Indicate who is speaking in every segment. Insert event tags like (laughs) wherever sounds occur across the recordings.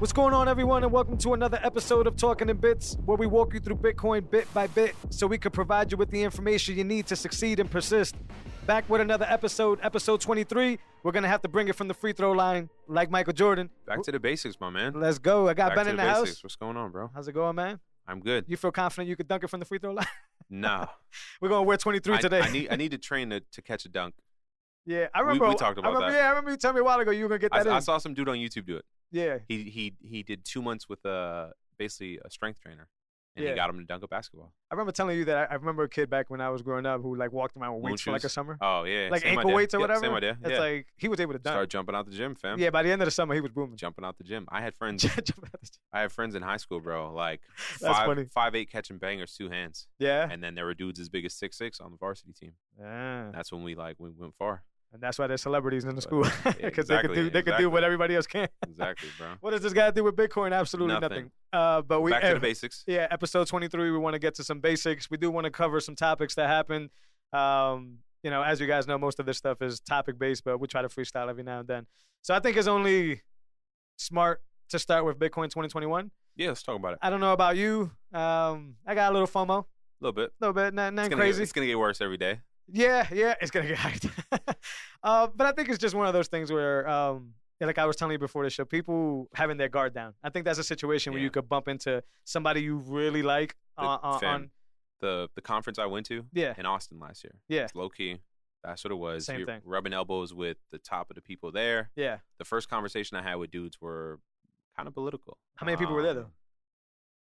Speaker 1: What's going on, everyone, and welcome to another episode of Talking in Bits, where we walk you through Bitcoin bit by bit so we can provide you with the information you need to succeed and persist. Back with another episode, episode 23. We're going to have to bring it from the free throw line like Michael Jordan.
Speaker 2: Back to the basics, my man.
Speaker 1: Let's go. I got
Speaker 2: Back
Speaker 1: Ben
Speaker 2: to
Speaker 1: in
Speaker 2: the
Speaker 1: the
Speaker 2: basics.
Speaker 1: house.
Speaker 2: What's going on, bro?
Speaker 1: How's it going, man? (laughs)
Speaker 2: I'm good.
Speaker 1: You feel confident you could dunk it from the free throw line? (laughs)
Speaker 2: nah,
Speaker 1: We're going to wear 23
Speaker 2: I,
Speaker 1: today.
Speaker 2: I need I need to train to, to catch a dunk.
Speaker 1: yeah, I
Speaker 2: we-
Speaker 1: remember.
Speaker 2: we talked
Speaker 1: I
Speaker 2: about
Speaker 1: remember,
Speaker 2: that.
Speaker 1: Yeah, I remember you telling me a while ago you were going to get
Speaker 2: I,
Speaker 1: that in.
Speaker 2: I saw some dude on YouTube do it.
Speaker 1: yeah.
Speaker 2: He he he did two months with a basically a strength trainer, and
Speaker 1: Yeah.
Speaker 2: he got him to dunk a basketball.
Speaker 1: I remember telling you that I, I remember a kid back when I was growing up who like walked around with
Speaker 2: Moon
Speaker 1: weights for like a
Speaker 2: shoes?
Speaker 1: summer.
Speaker 2: Oh yeah,
Speaker 1: like
Speaker 2: same
Speaker 1: ankle
Speaker 2: idea.
Speaker 1: weights or
Speaker 2: Yep,
Speaker 1: whatever.
Speaker 2: Same idea.
Speaker 1: It's
Speaker 2: yeah.
Speaker 1: like he was able to dunk.
Speaker 2: Start jumping out the gym, fam.
Speaker 1: Yeah, by the end of the summer he was
Speaker 2: (laughs)
Speaker 1: booming. (laughs)
Speaker 2: Jumping out the gym. I had friends.
Speaker 1: Jump out the gym.
Speaker 2: I had friends in high school, bro. Like
Speaker 1: That's
Speaker 2: five
Speaker 1: funny.
Speaker 2: five eight catching bangers, two
Speaker 1: (laughs)
Speaker 2: hands,
Speaker 1: yeah.
Speaker 2: and then there were dudes as big as six six on the
Speaker 1: (laughs)
Speaker 2: varsity team.
Speaker 1: Yeah.
Speaker 2: That's when we like we went far.
Speaker 1: And that's why they're celebrities in the
Speaker 2: But-
Speaker 1: (laughs) school because they could
Speaker 2: exactly,
Speaker 1: do they could do
Speaker 2: exactly.
Speaker 1: what everybody else can.
Speaker 2: Exactly, bro.
Speaker 1: What does this guy do with Bitcoin? Absolutely nothing.
Speaker 2: Nothing.
Speaker 1: Uh, but we
Speaker 2: Back to
Speaker 1: eh,
Speaker 2: the basics.
Speaker 1: yeah, episode twenty three. We want to get to some basics. We do want to cover some topics that happen. Um, you know, as you guys know, most of this stuff is topic based, but we try to freestyle every now and then. So I think it's only smart to start with Bitcoin twenty twenty one.
Speaker 2: Yeah, let's talk about it
Speaker 1: I don't know about you. Um, I got a little FOMO, a
Speaker 2: a little bit.
Speaker 1: little bit, nothing,
Speaker 2: It's
Speaker 1: nothing
Speaker 2: gonna
Speaker 1: crazy.
Speaker 2: Get, it's gonna get worse every day.
Speaker 1: Yeah, yeah, it's gonna get hyped. (laughs) uh, but I think it's just one of those things where, um, yeah, like I was telling you before the show, people having their guard down. I think that's a situation where
Speaker 2: Yeah.
Speaker 1: you could bump into somebody you really like.
Speaker 2: The
Speaker 1: On, on,
Speaker 2: fam-
Speaker 1: on
Speaker 2: The the conference I went to
Speaker 1: yeah,
Speaker 2: in Austin last year.
Speaker 1: Yeah.
Speaker 2: It's low key. That's what it was.
Speaker 1: Same
Speaker 2: You're
Speaker 1: thing.
Speaker 2: Rubbing elbows with the top of the people there.
Speaker 1: yeah.
Speaker 2: The first conversation I had with dudes were kind of political.
Speaker 1: How many people were there
Speaker 2: Um,
Speaker 1: though?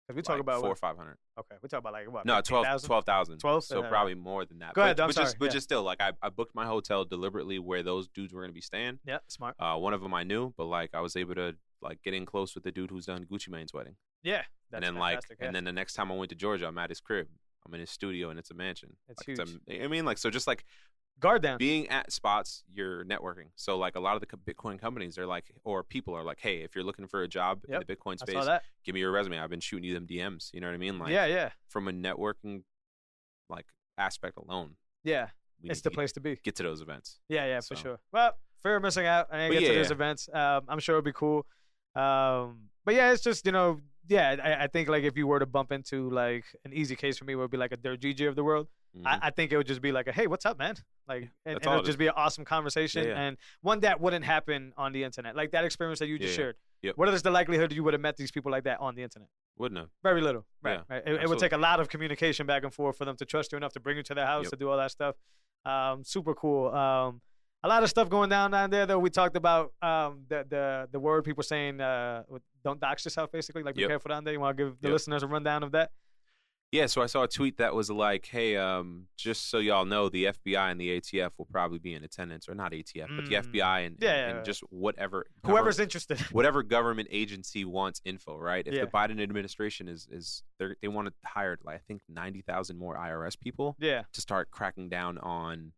Speaker 1: 'Cause we talk
Speaker 2: like
Speaker 1: about
Speaker 2: four or
Speaker 1: what,
Speaker 2: five hundred.
Speaker 1: okay, we talk about like what?
Speaker 2: No, 12
Speaker 1: 15,000?
Speaker 2: 12,000.
Speaker 1: 12?
Speaker 2: So
Speaker 1: Yeah.
Speaker 2: probably more than that.
Speaker 1: Uh, Go
Speaker 2: but,
Speaker 1: ahead, I'm
Speaker 2: but
Speaker 1: sorry,
Speaker 2: Just, but
Speaker 1: yeah.
Speaker 2: just still, like I, I booked my hotel deliberately where those dudes were going to be staying.
Speaker 1: Yeah, smart.
Speaker 2: Uh, one of them I knew, but like I was able to like get in close with the dude who's done Gucci Mane's wedding.
Speaker 1: Yeah, that's
Speaker 2: and then like,
Speaker 1: fantastic. yeah.
Speaker 2: and then the next time I went to Georgia, I'm at his crib. I'm in his studio, and it's a mansion.
Speaker 1: That's
Speaker 2: like, It's a, I mean, like so, just like
Speaker 1: guard down.
Speaker 2: being at spots, you're networking. So like a lot of the co- Bitcoin companies are like, or people are like, hey, if you're looking for a job
Speaker 1: Yep,
Speaker 2: in the Bitcoin
Speaker 1: I saw
Speaker 2: space,
Speaker 1: that.
Speaker 2: give me your resume. I've been shooting you them DMs. You know what I mean? Like,
Speaker 1: yeah, yeah,
Speaker 2: from a networking like aspect alone,
Speaker 1: yeah.
Speaker 2: we
Speaker 1: It's
Speaker 2: need
Speaker 1: the
Speaker 2: to
Speaker 1: place to be.
Speaker 2: Get, get to those events.
Speaker 1: Yeah, yeah,
Speaker 2: So.
Speaker 1: for sure. Well, fear of missing out. I didn't
Speaker 2: But
Speaker 1: get to
Speaker 2: yeah,
Speaker 1: those
Speaker 2: yeah.
Speaker 1: events. Um, I'm sure it'll be cool. Um, but yeah, it's just you know, yeah. I, I think like if you were to bump into like an easy case for me would be like a Dirt Gigi of the world.
Speaker 2: Mhm.
Speaker 1: I, I think it would just be like a hey, what's up, man? Like, and, and
Speaker 2: that's
Speaker 1: it
Speaker 2: all
Speaker 1: would
Speaker 2: it is.
Speaker 1: just be an awesome conversation
Speaker 2: yeah.
Speaker 1: and one that wouldn't happen on the internet. Like that experience that you just
Speaker 2: Yeah, yeah.
Speaker 1: shared.
Speaker 2: Yep.
Speaker 1: What is the likelihood you would have met these people like that on the internet?
Speaker 2: Wouldn't have.
Speaker 1: Very little. Right.
Speaker 2: Yeah,
Speaker 1: right. It, it would take
Speaker 2: absolutely.
Speaker 1: a lot of communication back and forth for them to trust you enough to bring you to their house
Speaker 2: Yep.
Speaker 1: to do all that stuff. Um, super cool. Um, a lot of stuff going down down there though. We talked about um, the the the word people saying uh, with- don't dox yourself basically. Like be
Speaker 2: Yep.
Speaker 1: careful down there. You want to give the
Speaker 2: Yep.
Speaker 1: listeners a rundown of that.
Speaker 2: Yeah, so I saw a tweet that was like, "Hey, um, just so y'all know, the FBI and the ATF will probably be in attendance, or not ATF, but the
Speaker 1: Mm.
Speaker 2: FBI and,
Speaker 1: Yeah,
Speaker 2: and-
Speaker 1: yeah,
Speaker 2: and
Speaker 1: yeah.
Speaker 2: just whatever,
Speaker 1: Whoever's
Speaker 2: govern-
Speaker 1: interested. (laughs)
Speaker 2: whatever government agency wants info, right? If
Speaker 1: Yeah.
Speaker 2: the Biden administration is is they're- they want to hire, like, I think ninety thousand more IRS people
Speaker 1: yeah.
Speaker 2: to start cracking down on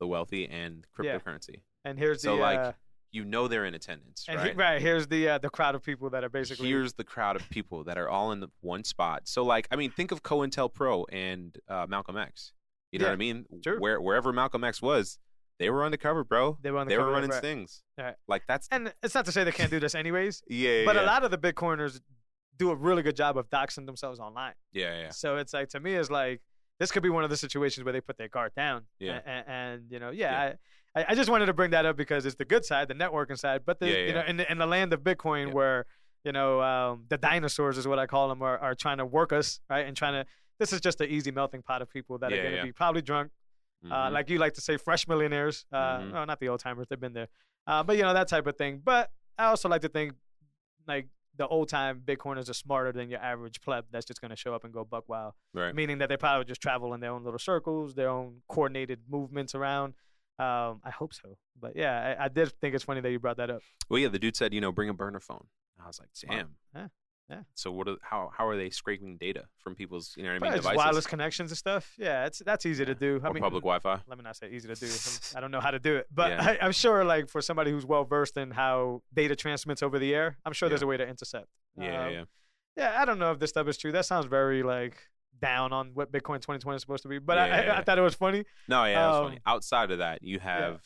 Speaker 2: the wealthy and
Speaker 1: Yeah.
Speaker 2: cryptocurrency.
Speaker 1: And here's
Speaker 2: So
Speaker 1: the
Speaker 2: like,
Speaker 1: uh,
Speaker 2: you know they're in attendance,
Speaker 1: and
Speaker 2: right?
Speaker 1: he- right here's the uh, the crowd of people that are basically
Speaker 2: here's the crowd of people that are all in the one spot. So like, I mean, think of COINTELPRO and uh, Malcolm X. You know
Speaker 1: Yeah,
Speaker 2: what I mean?
Speaker 1: sure.
Speaker 2: Where wherever Malcolm X was, they were undercover, bro.
Speaker 1: they were on the
Speaker 2: They were
Speaker 1: cover,
Speaker 2: running
Speaker 1: right.
Speaker 2: things.
Speaker 1: Right.
Speaker 2: Like that's
Speaker 1: And it's not to say they can't do this anyways,
Speaker 2: (laughs) yeah, yeah,
Speaker 1: but a
Speaker 2: yeah.
Speaker 1: lot of the Bitcoiners do a really good job of doxing themselves online.
Speaker 2: yeah, yeah,
Speaker 1: So it's like to me it's like this could be one of the situations where they put their guard down.
Speaker 2: Yeah.
Speaker 1: A- a- And, you know, yeah, I, I I just wanted to bring that up because it's the good side, the networking side, but the
Speaker 2: Yeah,
Speaker 1: you know,
Speaker 2: yeah.
Speaker 1: in the, in the land of Bitcoin
Speaker 2: Yeah.
Speaker 1: where you know um, the dinosaurs is what I call them are, are trying to work us right and trying to. This is just an easy melting pot of people that are
Speaker 2: Yeah,
Speaker 1: going to
Speaker 2: yeah.
Speaker 1: be probably drunk, uh,
Speaker 2: Mhm.
Speaker 1: like you like to say, fresh millionaires. Uh,
Speaker 2: Mhm.
Speaker 1: no, not the old timers; they've been there, uh, but you know that type of thing. But I also like to think like the old time Bitcoiners are smarter than your average pleb that's just going to show up and go buck wild,
Speaker 2: right.
Speaker 1: meaning that they probably just travel in their own little circles, their own coordinated movements around. Um, I hope so, but yeah, I, I did think it's funny that you brought that up.
Speaker 2: Well, yeah, the dude said, you know, bring a burner phone. And I was like,
Speaker 1: Smart.
Speaker 2: damn.
Speaker 1: Yeah, yeah.
Speaker 2: So what? Are, how how are they scraping data from people's you know what I mean
Speaker 1: Probably just
Speaker 2: devices
Speaker 1: wireless Uh, connections and stuff. Yeah, it's that's easy to
Speaker 2: Yeah.
Speaker 1: do.
Speaker 2: or
Speaker 1: I mean,
Speaker 2: public Wi-Fi?
Speaker 1: let me not say easy to do. I'm- I don't know how to do it, but
Speaker 2: Yeah.
Speaker 1: I, (laughs) I'm sure, like for somebody who's well versed in how data transmits over the air, I'm sure there's a way to intercept.
Speaker 2: Yeah, yeah,
Speaker 1: Um,
Speaker 2: yeah.
Speaker 1: Yeah, I don't know if this stuff is true. That sounds very like down on what Bitcoin 2020 is supposed to be. But I,
Speaker 2: Yeah.
Speaker 1: I, I thought it was funny.
Speaker 2: No, yeah, it was
Speaker 1: Um,
Speaker 2: funny. Outside of that, you have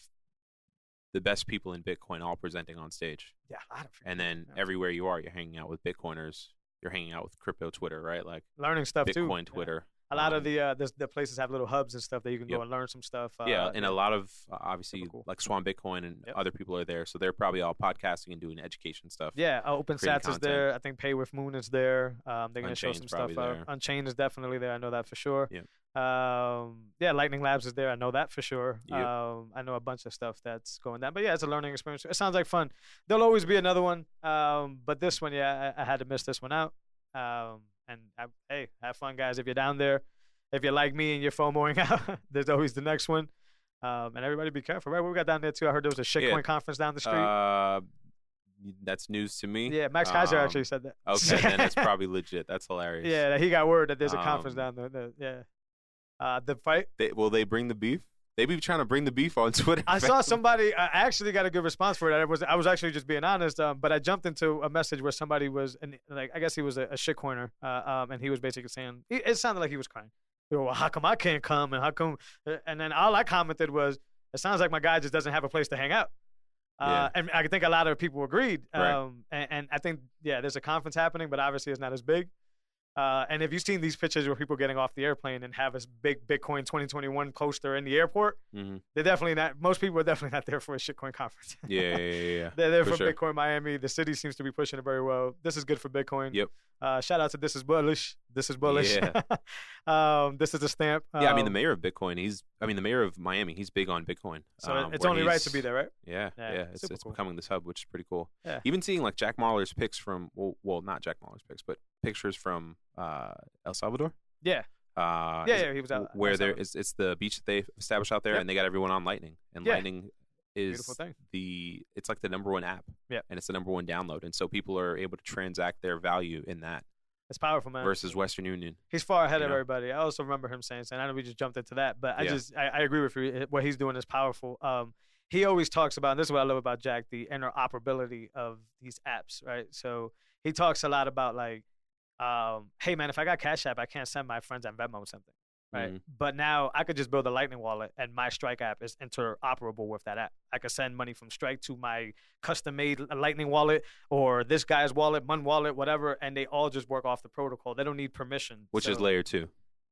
Speaker 2: the best people in Bitcoin all presenting on stage,
Speaker 1: Yeah, I don't forget.
Speaker 2: and then
Speaker 1: Yeah.
Speaker 2: everywhere you are, you're hanging out with Bitcoiners. You're hanging out with crypto Twitter, right? Like
Speaker 1: learning stuff too.
Speaker 2: Bitcoin
Speaker 1: Yeah.
Speaker 2: Twitter.
Speaker 1: A lot of
Speaker 2: um,
Speaker 1: the uh, the, the places have little hubs and stuff that you can go
Speaker 2: Yep.
Speaker 1: and learn some stuff. Uh,
Speaker 2: yeah, and a lot of uh, obviously
Speaker 1: Super cool.
Speaker 2: like Swan Bitcoin and
Speaker 1: Yep.
Speaker 2: other people are there, so they're probably all podcasting and doing education stuff.
Speaker 1: Yeah, uh, Open
Speaker 2: creating
Speaker 1: Sats is
Speaker 2: content.
Speaker 1: there. I think Pay with Moon is there. Um, they're gonna show some
Speaker 2: Unchained's
Speaker 1: stuff
Speaker 2: probably
Speaker 1: out.
Speaker 2: there.
Speaker 1: Unchained is definitely there. I know that for sure.
Speaker 2: Yep.
Speaker 1: Um, yeah, Lightning Labs is there. I know that for sure.
Speaker 2: Yep.
Speaker 1: Um, I know a bunch of stuff that's going down. But yeah, it's a learning experience. It sounds like fun. There'll always be another one. Um, but this one, yeah, I, I had to miss this one out. Um, and I, hey, have fun, guys. If you're down there, if you're like me and you're FOMOing (laughs) out, there's always the next one. Um, and everybody be careful, right? What we got down there too. I heard there was a shitcoin conference down the street.
Speaker 2: Uh, that's news to me.
Speaker 1: yeah, Max Kaiser
Speaker 2: um,
Speaker 1: actually said that.
Speaker 2: Okay,
Speaker 1: (laughs)
Speaker 2: then it's probably legit. That's hilarious.
Speaker 1: Yeah, that he got word that there's a conference down
Speaker 2: Um,
Speaker 1: there. that- yeah. Uh, the fight.
Speaker 2: They, will they bring the beef? They be trying to bring the beef on (laughs) Twitter.
Speaker 1: (laughs) I
Speaker 2: man.
Speaker 1: saw somebody. I actually got a good response for it. I was I was actually just being honest. Um, but I jumped into a message where somebody was, and like I guess he was a, a shit corner. Uh, um, and he was basically saying it, it sounded like he was crying. He was, well, how come I can't come? And how come? uh, And then all I commented was, it sounds like my guy just doesn't have a place to hang out. Uh, And I think a lot of people agreed.
Speaker 2: Right.
Speaker 1: Um, and, and I think yeah, there's a conference happening, but obviously it's not as big. Uh, and if you've seen these pictures where people getting off the airplane and have this big Bitcoin 2021 poster in the airport,
Speaker 2: Mhm.
Speaker 1: they're definitely not. Most people are definitely not there for a shitcoin conference.
Speaker 2: Yeah, yeah, yeah, yeah.
Speaker 1: (laughs) they're there for,
Speaker 2: for sure.
Speaker 1: Bitcoin Miami. The city seems to be pushing it very well. This is good for Bitcoin.
Speaker 2: Yep.
Speaker 1: Uh, shout out to this is bullish. This is bullish.
Speaker 2: Yeah.
Speaker 1: (laughs) um, this is a stamp.
Speaker 2: Yeah, I mean
Speaker 1: Um,
Speaker 2: the mayor of Bitcoin. He's, I mean the mayor of Miami. He's big on Bitcoin.
Speaker 1: So
Speaker 2: um,
Speaker 1: it's
Speaker 2: where
Speaker 1: only right to
Speaker 2: he's-
Speaker 1: be there, right?
Speaker 2: Yeah,
Speaker 1: Yeah,
Speaker 2: yeah. It's,
Speaker 1: super
Speaker 2: it's
Speaker 1: cool.
Speaker 2: becoming this hub, which is pretty cool.
Speaker 1: Yeah.
Speaker 2: Even seeing like Jack Mahler's pics from, well, well, not Jack Mahler's pics, but pictures from uh, El Salvador.
Speaker 1: Yeah.
Speaker 2: Uh,
Speaker 1: yeah,
Speaker 2: is-
Speaker 1: yeah. He was out
Speaker 2: where
Speaker 1: outside
Speaker 2: there
Speaker 1: of it.
Speaker 2: is, it's the beach that they established out there,
Speaker 1: Yep.
Speaker 2: and they got everyone on Lightning, and
Speaker 1: Yeah.
Speaker 2: Lightning is
Speaker 1: Beautiful thing.
Speaker 2: the it's like the number one app,
Speaker 1: Yeah.
Speaker 2: and it's the number one download, and so people are able to transact their value in that
Speaker 1: It's powerful, man.
Speaker 2: versus Western Union.
Speaker 1: He's far ahead
Speaker 2: you
Speaker 1: of
Speaker 2: know?
Speaker 1: everybody. I also remember him saying, and I know we just jumped into that, but I
Speaker 2: Yeah.
Speaker 1: just I, I agree with you. It- What he's doing is powerful. Um, he always talks about and this is what I love about Jack, the interoperability of these apps, right? So he talks a lot about like, um, hey man, if I got Cash App, I can't send my friends on Venmo something, right?
Speaker 2: Mhm.
Speaker 1: But now I could just build a Lightning wallet, and my Strike app is interoperable with that app. I could send money from Strike to my custom-made Lightning wallet or this guy's wallet, Mun wallet, whatever, and they all just work off the protocol. They don't need permission,
Speaker 2: Which is
Speaker 1: So-
Speaker 2: layer two.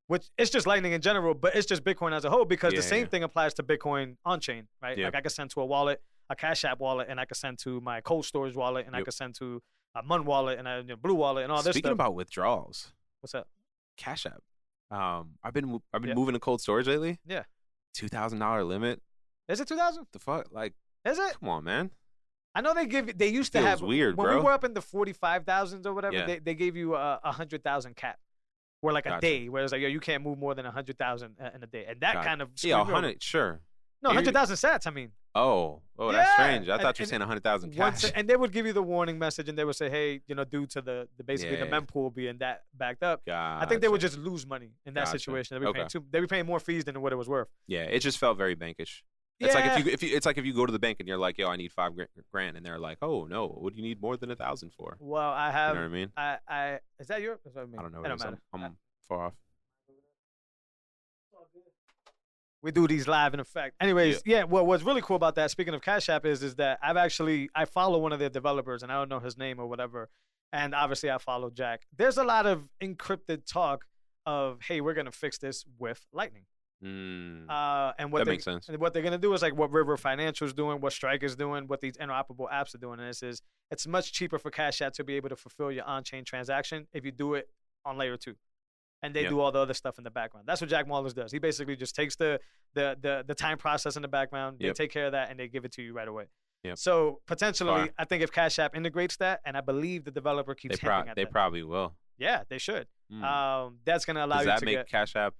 Speaker 1: which it's just lightning in general but it's just bitcoin as a whole because
Speaker 2: Yeah,
Speaker 1: the same
Speaker 2: yeah.
Speaker 1: thing applies to bitcoin on chain right
Speaker 2: Yeah.
Speaker 1: like i could send to a wallet a cash app wallet and i could send to my cold storage wallet and i
Speaker 2: Yep.
Speaker 1: could send to a mun wallet and a you know, blue wallet and all this
Speaker 2: Speaking
Speaker 1: stuff
Speaker 2: about withdrawals,
Speaker 1: what's up
Speaker 2: Cash App. Um, I've been I've been
Speaker 1: Yeah.
Speaker 2: moving to cold storage lately.
Speaker 1: Yeah.
Speaker 2: two thousand dollar limit.
Speaker 1: is it 2000
Speaker 2: The fuck, like,
Speaker 1: is it
Speaker 2: come on, man.
Speaker 1: i know they give they used to
Speaker 2: Feels
Speaker 1: have
Speaker 2: weird,
Speaker 1: when we
Speaker 2: bro.
Speaker 1: were up in the 45000s or whatever
Speaker 2: Yeah.
Speaker 1: they, they gave you a 100000 cap or like a
Speaker 2: Gotcha.
Speaker 1: day where it's like yo you can't move more than 100000 uh, in a day and that
Speaker 2: Gotcha.
Speaker 1: kind of screwed
Speaker 2: Yeah,
Speaker 1: me
Speaker 2: a
Speaker 1: over.
Speaker 2: hundred, sure.
Speaker 1: no
Speaker 2: Here you-
Speaker 1: 100000 sats i mean
Speaker 2: Oh, oh, that's
Speaker 1: Yeah,
Speaker 2: strange. I
Speaker 1: and-
Speaker 2: thought you
Speaker 1: and
Speaker 2: were saying a hundred thousand
Speaker 1: Once,
Speaker 2: cash.
Speaker 1: and they would give you the warning message, and they would say, "Hey, you know, due to the, the basically the
Speaker 2: Yeah.
Speaker 1: mempool being that backed up, (laughs) I think they would just lose money in that
Speaker 2: Gotcha.
Speaker 1: situation. They'd be, paying
Speaker 2: Okay.
Speaker 1: too, they'd be paying more fees than what it was worth.
Speaker 2: Yeah, it just felt very bankish. It's like
Speaker 1: Yeah.
Speaker 2: if you if you it's like if you go to the bank and you're like, yo, I need five gra- grand, and they're like, oh no, what do you need more than a thousand for?
Speaker 1: Well, I
Speaker 2: You
Speaker 1: have.
Speaker 2: know what I mean?
Speaker 1: I, I is that your? That's what Um, I, mean.
Speaker 2: I don't know.
Speaker 1: It
Speaker 2: What it
Speaker 1: don't
Speaker 2: is. I'm,
Speaker 1: matter. Uh, I-
Speaker 2: I'm far off.
Speaker 1: we do these live in effect. Anyways, yeah. Well, what's really cool about that, speaking of Cash App, is is that I've actually I follow one of their developers, and I don't know his name or whatever. And obviously, I follow Jack. There's a lot of encrypted talk of, "Hey, we're gonna fix this with Lightning."
Speaker 2: Mm,
Speaker 1: Uh, and what
Speaker 2: that
Speaker 1: they,
Speaker 2: makes sense.
Speaker 1: And what they're gonna do is like what River Financial is doing, what Strike is doing, what these interoperable apps are doing. And this is it's much cheaper for Cash App to be able to fulfill your on-chain transaction if you do it on layer two, and they
Speaker 2: Yep.
Speaker 1: do all the other stuff in the background. That's what Jack Maulers does. He basically just takes the the the, the time process in the background, they
Speaker 2: Yep.
Speaker 1: take care of that, and they give it to you right away.
Speaker 2: Yep.
Speaker 1: So potentially,
Speaker 2: Fire.
Speaker 1: I think if Cash App integrates that, and I believe the developer
Speaker 2: They
Speaker 1: keeps
Speaker 2: pro-
Speaker 1: hinting at
Speaker 2: they
Speaker 1: that.
Speaker 2: probably will.
Speaker 1: yeah, they should.
Speaker 2: Mm.
Speaker 1: Um, that's gonna allow
Speaker 2: Does
Speaker 1: you
Speaker 2: that
Speaker 1: to
Speaker 2: make
Speaker 1: get
Speaker 2: Cash App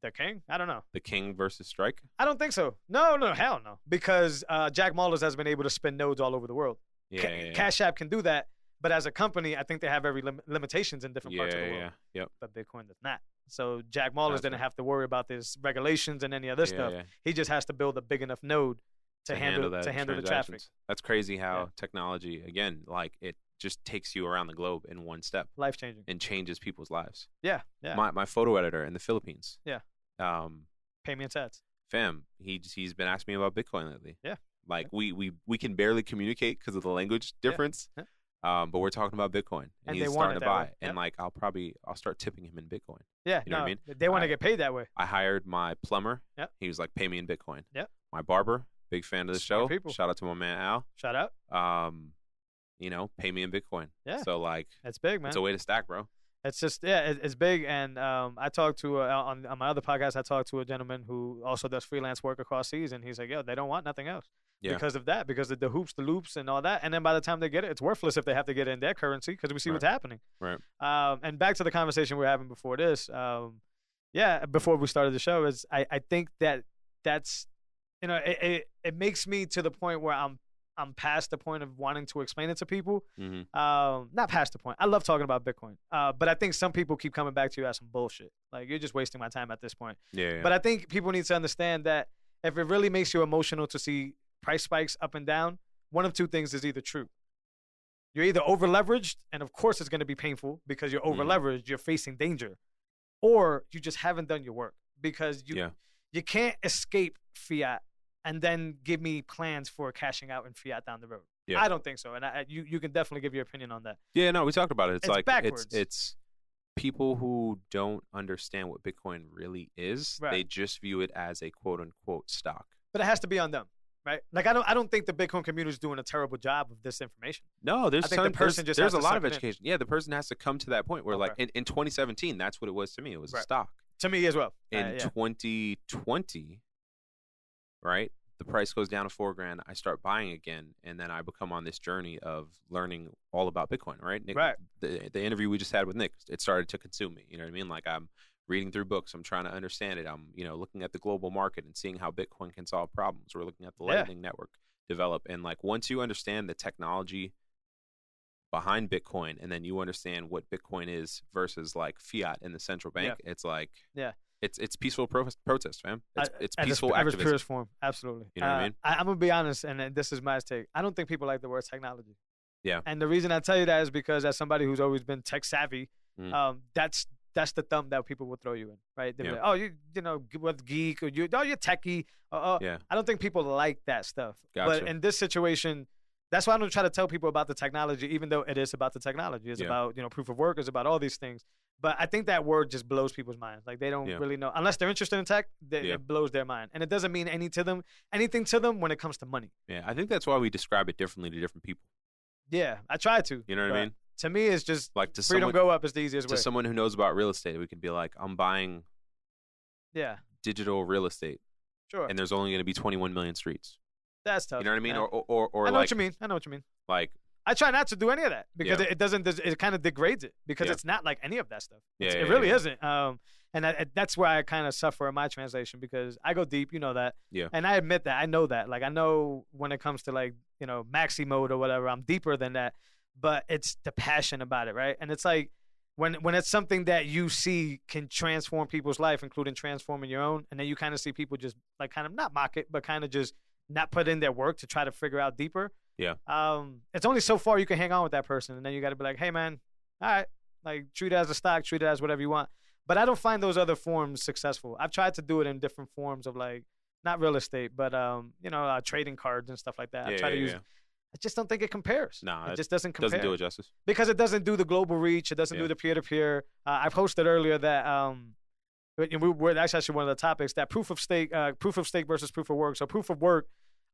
Speaker 1: the king. I don't know.
Speaker 2: the king versus strike?
Speaker 1: I don't think so. No, no, hell no. Because uh, Jack Maulers has been able to spin nodes all over the world.
Speaker 2: Yeah,
Speaker 1: Ca-
Speaker 2: yeah, yeah.
Speaker 1: Cash App can do that, but as a company, I think they have every lim- limitations in different
Speaker 2: yeah,
Speaker 1: parts of the
Speaker 2: yeah,
Speaker 1: world.
Speaker 2: yeah. Yep.
Speaker 1: But Bitcoin does not. So Jack Maulers
Speaker 2: Gotcha.
Speaker 1: didn't have to worry about this regulations and any other
Speaker 2: yeah,
Speaker 1: stuff.
Speaker 2: yeah.
Speaker 1: He just has to build a big enough node to, handle, to handle the traffic.
Speaker 2: transactions. That's crazy how technology again, like it just takes you around the globe in one step
Speaker 1: Life changing.
Speaker 2: and changes people's lives.
Speaker 1: Yeah, yeah.
Speaker 2: My my photo editor in the Philippines.
Speaker 1: Yeah.
Speaker 2: Um,
Speaker 1: Pay me in tats.
Speaker 2: fam, he j- he's been asking me about Bitcoin lately.
Speaker 1: Yeah.
Speaker 2: Like we we we can barely communicate because of the language difference.
Speaker 1: Yeah.
Speaker 2: Um, but we're talking about Bitcoin, and,
Speaker 1: And they
Speaker 2: he's
Speaker 1: want
Speaker 2: starting
Speaker 1: it
Speaker 2: to
Speaker 1: that
Speaker 2: buy.
Speaker 1: way.
Speaker 2: And
Speaker 1: Yep.
Speaker 2: like, I'll probably I'll start tipping him in Bitcoin.
Speaker 1: Yeah,
Speaker 2: You know
Speaker 1: no,
Speaker 2: what I mean?
Speaker 1: they want to
Speaker 2: I-
Speaker 1: get paid that way.
Speaker 2: I hired my plumber.
Speaker 1: Yep.
Speaker 2: He was like, pay me in Bitcoin.
Speaker 1: Yep.
Speaker 2: My barber, big fan of the
Speaker 1: Smart
Speaker 2: show.
Speaker 1: people.
Speaker 2: Shout out to my man
Speaker 1: Shout out.
Speaker 2: Al. Um, you know, pay me in Bitcoin.
Speaker 1: Yeah.
Speaker 2: So like,
Speaker 1: That's big, man.
Speaker 2: it's a way to stack, bro.
Speaker 1: It's just yeah, it, it's big. And um, I talked to uh, on on my other podcast. I talked to a gentleman who also does freelance work across seas, and he's like, "Yo, they don't want nothing else
Speaker 2: Yeah.
Speaker 1: because of that, because of the hoops, the loops, and all that. And then by the time they get it, it's worthless if they have to get it in their currency because we see
Speaker 2: Right.
Speaker 1: what's happening.
Speaker 2: Right.
Speaker 1: Um, and back to the conversation we were having before this. Um, yeah, before we started the show, is I I think that that's you know it, it it makes me to the point where I'm I'm past the point of wanting to explain it to people
Speaker 2: Mm-hmm.
Speaker 1: um, not past the point. I love talking about Bitcoin, uh, but I think some people keep coming back to you as some bullshit. Like you're just wasting my time at this point.
Speaker 2: Yeah. yeah.
Speaker 1: But I think people need to understand that if it really makes you emotional to see price spikes up and down, one of two things is either true. You're either over leveraged, and of course it's going to be painful because you're
Speaker 2: Mhm.
Speaker 1: over leveraged. You're facing danger, or you just haven't done your work because you
Speaker 2: Yeah.
Speaker 1: you can't escape fiat and then give me plans for cashing out in fiat down the road.
Speaker 2: Yeah.
Speaker 1: I don't think so, and I, I- you you can definitely give your opinion on that.
Speaker 2: yeah. No, we talked about it. It's,
Speaker 1: It's
Speaker 2: like
Speaker 1: backwards.
Speaker 2: it's it's people who don't understand what Bitcoin really is.
Speaker 1: Right.
Speaker 2: They just view it as a quote unquote stock.
Speaker 1: but it has to be on them, right? Like I don't, I don't think the Bitcoin community is doing a terrible job of this information.
Speaker 2: No, there's
Speaker 1: I think the
Speaker 2: ton- there's-
Speaker 1: person just
Speaker 2: there's,
Speaker 1: has to
Speaker 2: a lot of
Speaker 1: suck it in.
Speaker 2: education. Yeah, the person has to come to that point where like
Speaker 1: Okay.
Speaker 2: in, in 2017, that's what it was to me. It was a
Speaker 1: Right.
Speaker 2: stock.
Speaker 1: To me as well. Uh,
Speaker 2: in
Speaker 1: yeah.
Speaker 2: 2020, right? The price goes down to four grand. I start buying again, and then I become on this journey of learning all about Bitcoin, right? Nick,
Speaker 1: Right.
Speaker 2: The, the interview we just had with Nick, it started to consume me. You know what I mean? Like I'm reading through books, I'm trying to understand it. I'm you know looking at the global market and seeing how Bitcoin can solve problems. We're looking at the
Speaker 1: Yeah.
Speaker 2: Lightning Network develop, and like once you understand the technology behind Bitcoin, and then you understand what Bitcoin is versus like fiat in the central bank, it's like
Speaker 1: Yeah.
Speaker 2: it's it's peaceful pro- protest, fam. It's,
Speaker 1: At-
Speaker 2: it's
Speaker 1: at its-
Speaker 2: peaceful
Speaker 1: at its
Speaker 2: activism.
Speaker 1: purest form, absolutely.
Speaker 2: You know what I
Speaker 1: Uh,
Speaker 2: mean?
Speaker 1: I, am gonna be honest, and uh, this is my take. I don't think people like the word technology.
Speaker 2: Yeah.
Speaker 1: And the reason I tell you that is because as somebody who's always been tech savvy,
Speaker 2: Mm.
Speaker 1: um, that's that's the thumb that people will throw you in, right? They'll be
Speaker 2: Yeah.
Speaker 1: like, oh, you you know, g- what geek or you oh you're techie. Oh, oh,
Speaker 2: Yeah,
Speaker 1: I don't think people like that stuff.
Speaker 2: Gotcha.
Speaker 1: But in this situation, that's why I don't try to tell people about the technology, even though it is about the technology. It's
Speaker 2: Yeah.
Speaker 1: about you know proof of work. It's about all these things. But I think that word just blows people's minds. Like they don't
Speaker 2: Yeah.
Speaker 1: really know unless they're interested in tech. They,
Speaker 2: Yeah.
Speaker 1: It blows their mind, and it doesn't mean any to them, anything to them when it comes to money.
Speaker 2: yeah. I think that's why we describe it differently to different people.
Speaker 1: Yeah, I try to.
Speaker 2: You know what
Speaker 1: but
Speaker 2: I mean?
Speaker 1: To me, it's just
Speaker 2: Like to
Speaker 1: freedom
Speaker 2: someone
Speaker 1: go up is the easiest way.
Speaker 2: to someone who knows about real estate, we can be like, I'm buying
Speaker 1: yeah,
Speaker 2: digital real estate,
Speaker 1: sure.
Speaker 2: and there's only going to be 21 million streets.
Speaker 1: that's tough.
Speaker 2: You know what I mean?
Speaker 1: Yeah.
Speaker 2: Or or or, or
Speaker 1: I know
Speaker 2: like
Speaker 1: what you mean. I know what you mean.
Speaker 2: like
Speaker 1: I try not to do any of that because
Speaker 2: Yeah.
Speaker 1: it, it doesn't. It kind of degrades it because
Speaker 2: Yeah.
Speaker 1: it's not like any of that stuff.
Speaker 2: yeah,
Speaker 1: It's-
Speaker 2: yeah,
Speaker 1: it
Speaker 2: yeah,
Speaker 1: really
Speaker 2: yeah.
Speaker 1: isn't. Um, and I, I- that's where I kind of suffer in my translation because I go deep, you know that.
Speaker 2: Yeah.
Speaker 1: And I admit that. I know that. Like I know when it comes to like you know maxi mode or whatever, I'm deeper than that. But it's the passion about it, right? And it's like when when it's something that you see can transform people's life, including transforming your own, and then you kind of see people just like kind of not mock it, but kind of just not put in their work to try to figure out deeper.
Speaker 2: Yeah.
Speaker 1: Um, it's only so far you can hang on with that person, and then you got to be like, hey man, all right, like treat it as a stock, treat it as whatever you want. But I don't find those other forms successful. I've tried to do it in different forms of like not real estate, but um, you know, uh, trading cards and stuff like that. I
Speaker 2: Yeah,
Speaker 1: try to
Speaker 2: yeah,
Speaker 1: use.
Speaker 2: yeah.
Speaker 1: I just don't think it compares.
Speaker 2: Nah,
Speaker 1: it
Speaker 2: it
Speaker 1: just doesn't compare
Speaker 2: doesn't do it justice.
Speaker 1: because it doesn't do the global reach. It doesn't do
Speaker 2: Yeah.
Speaker 1: the peer to peer. I posted earlier that um, but, you know, we were that's actually one of the topics that proof of stake, uh, proof of stake versus proof of work. So proof of work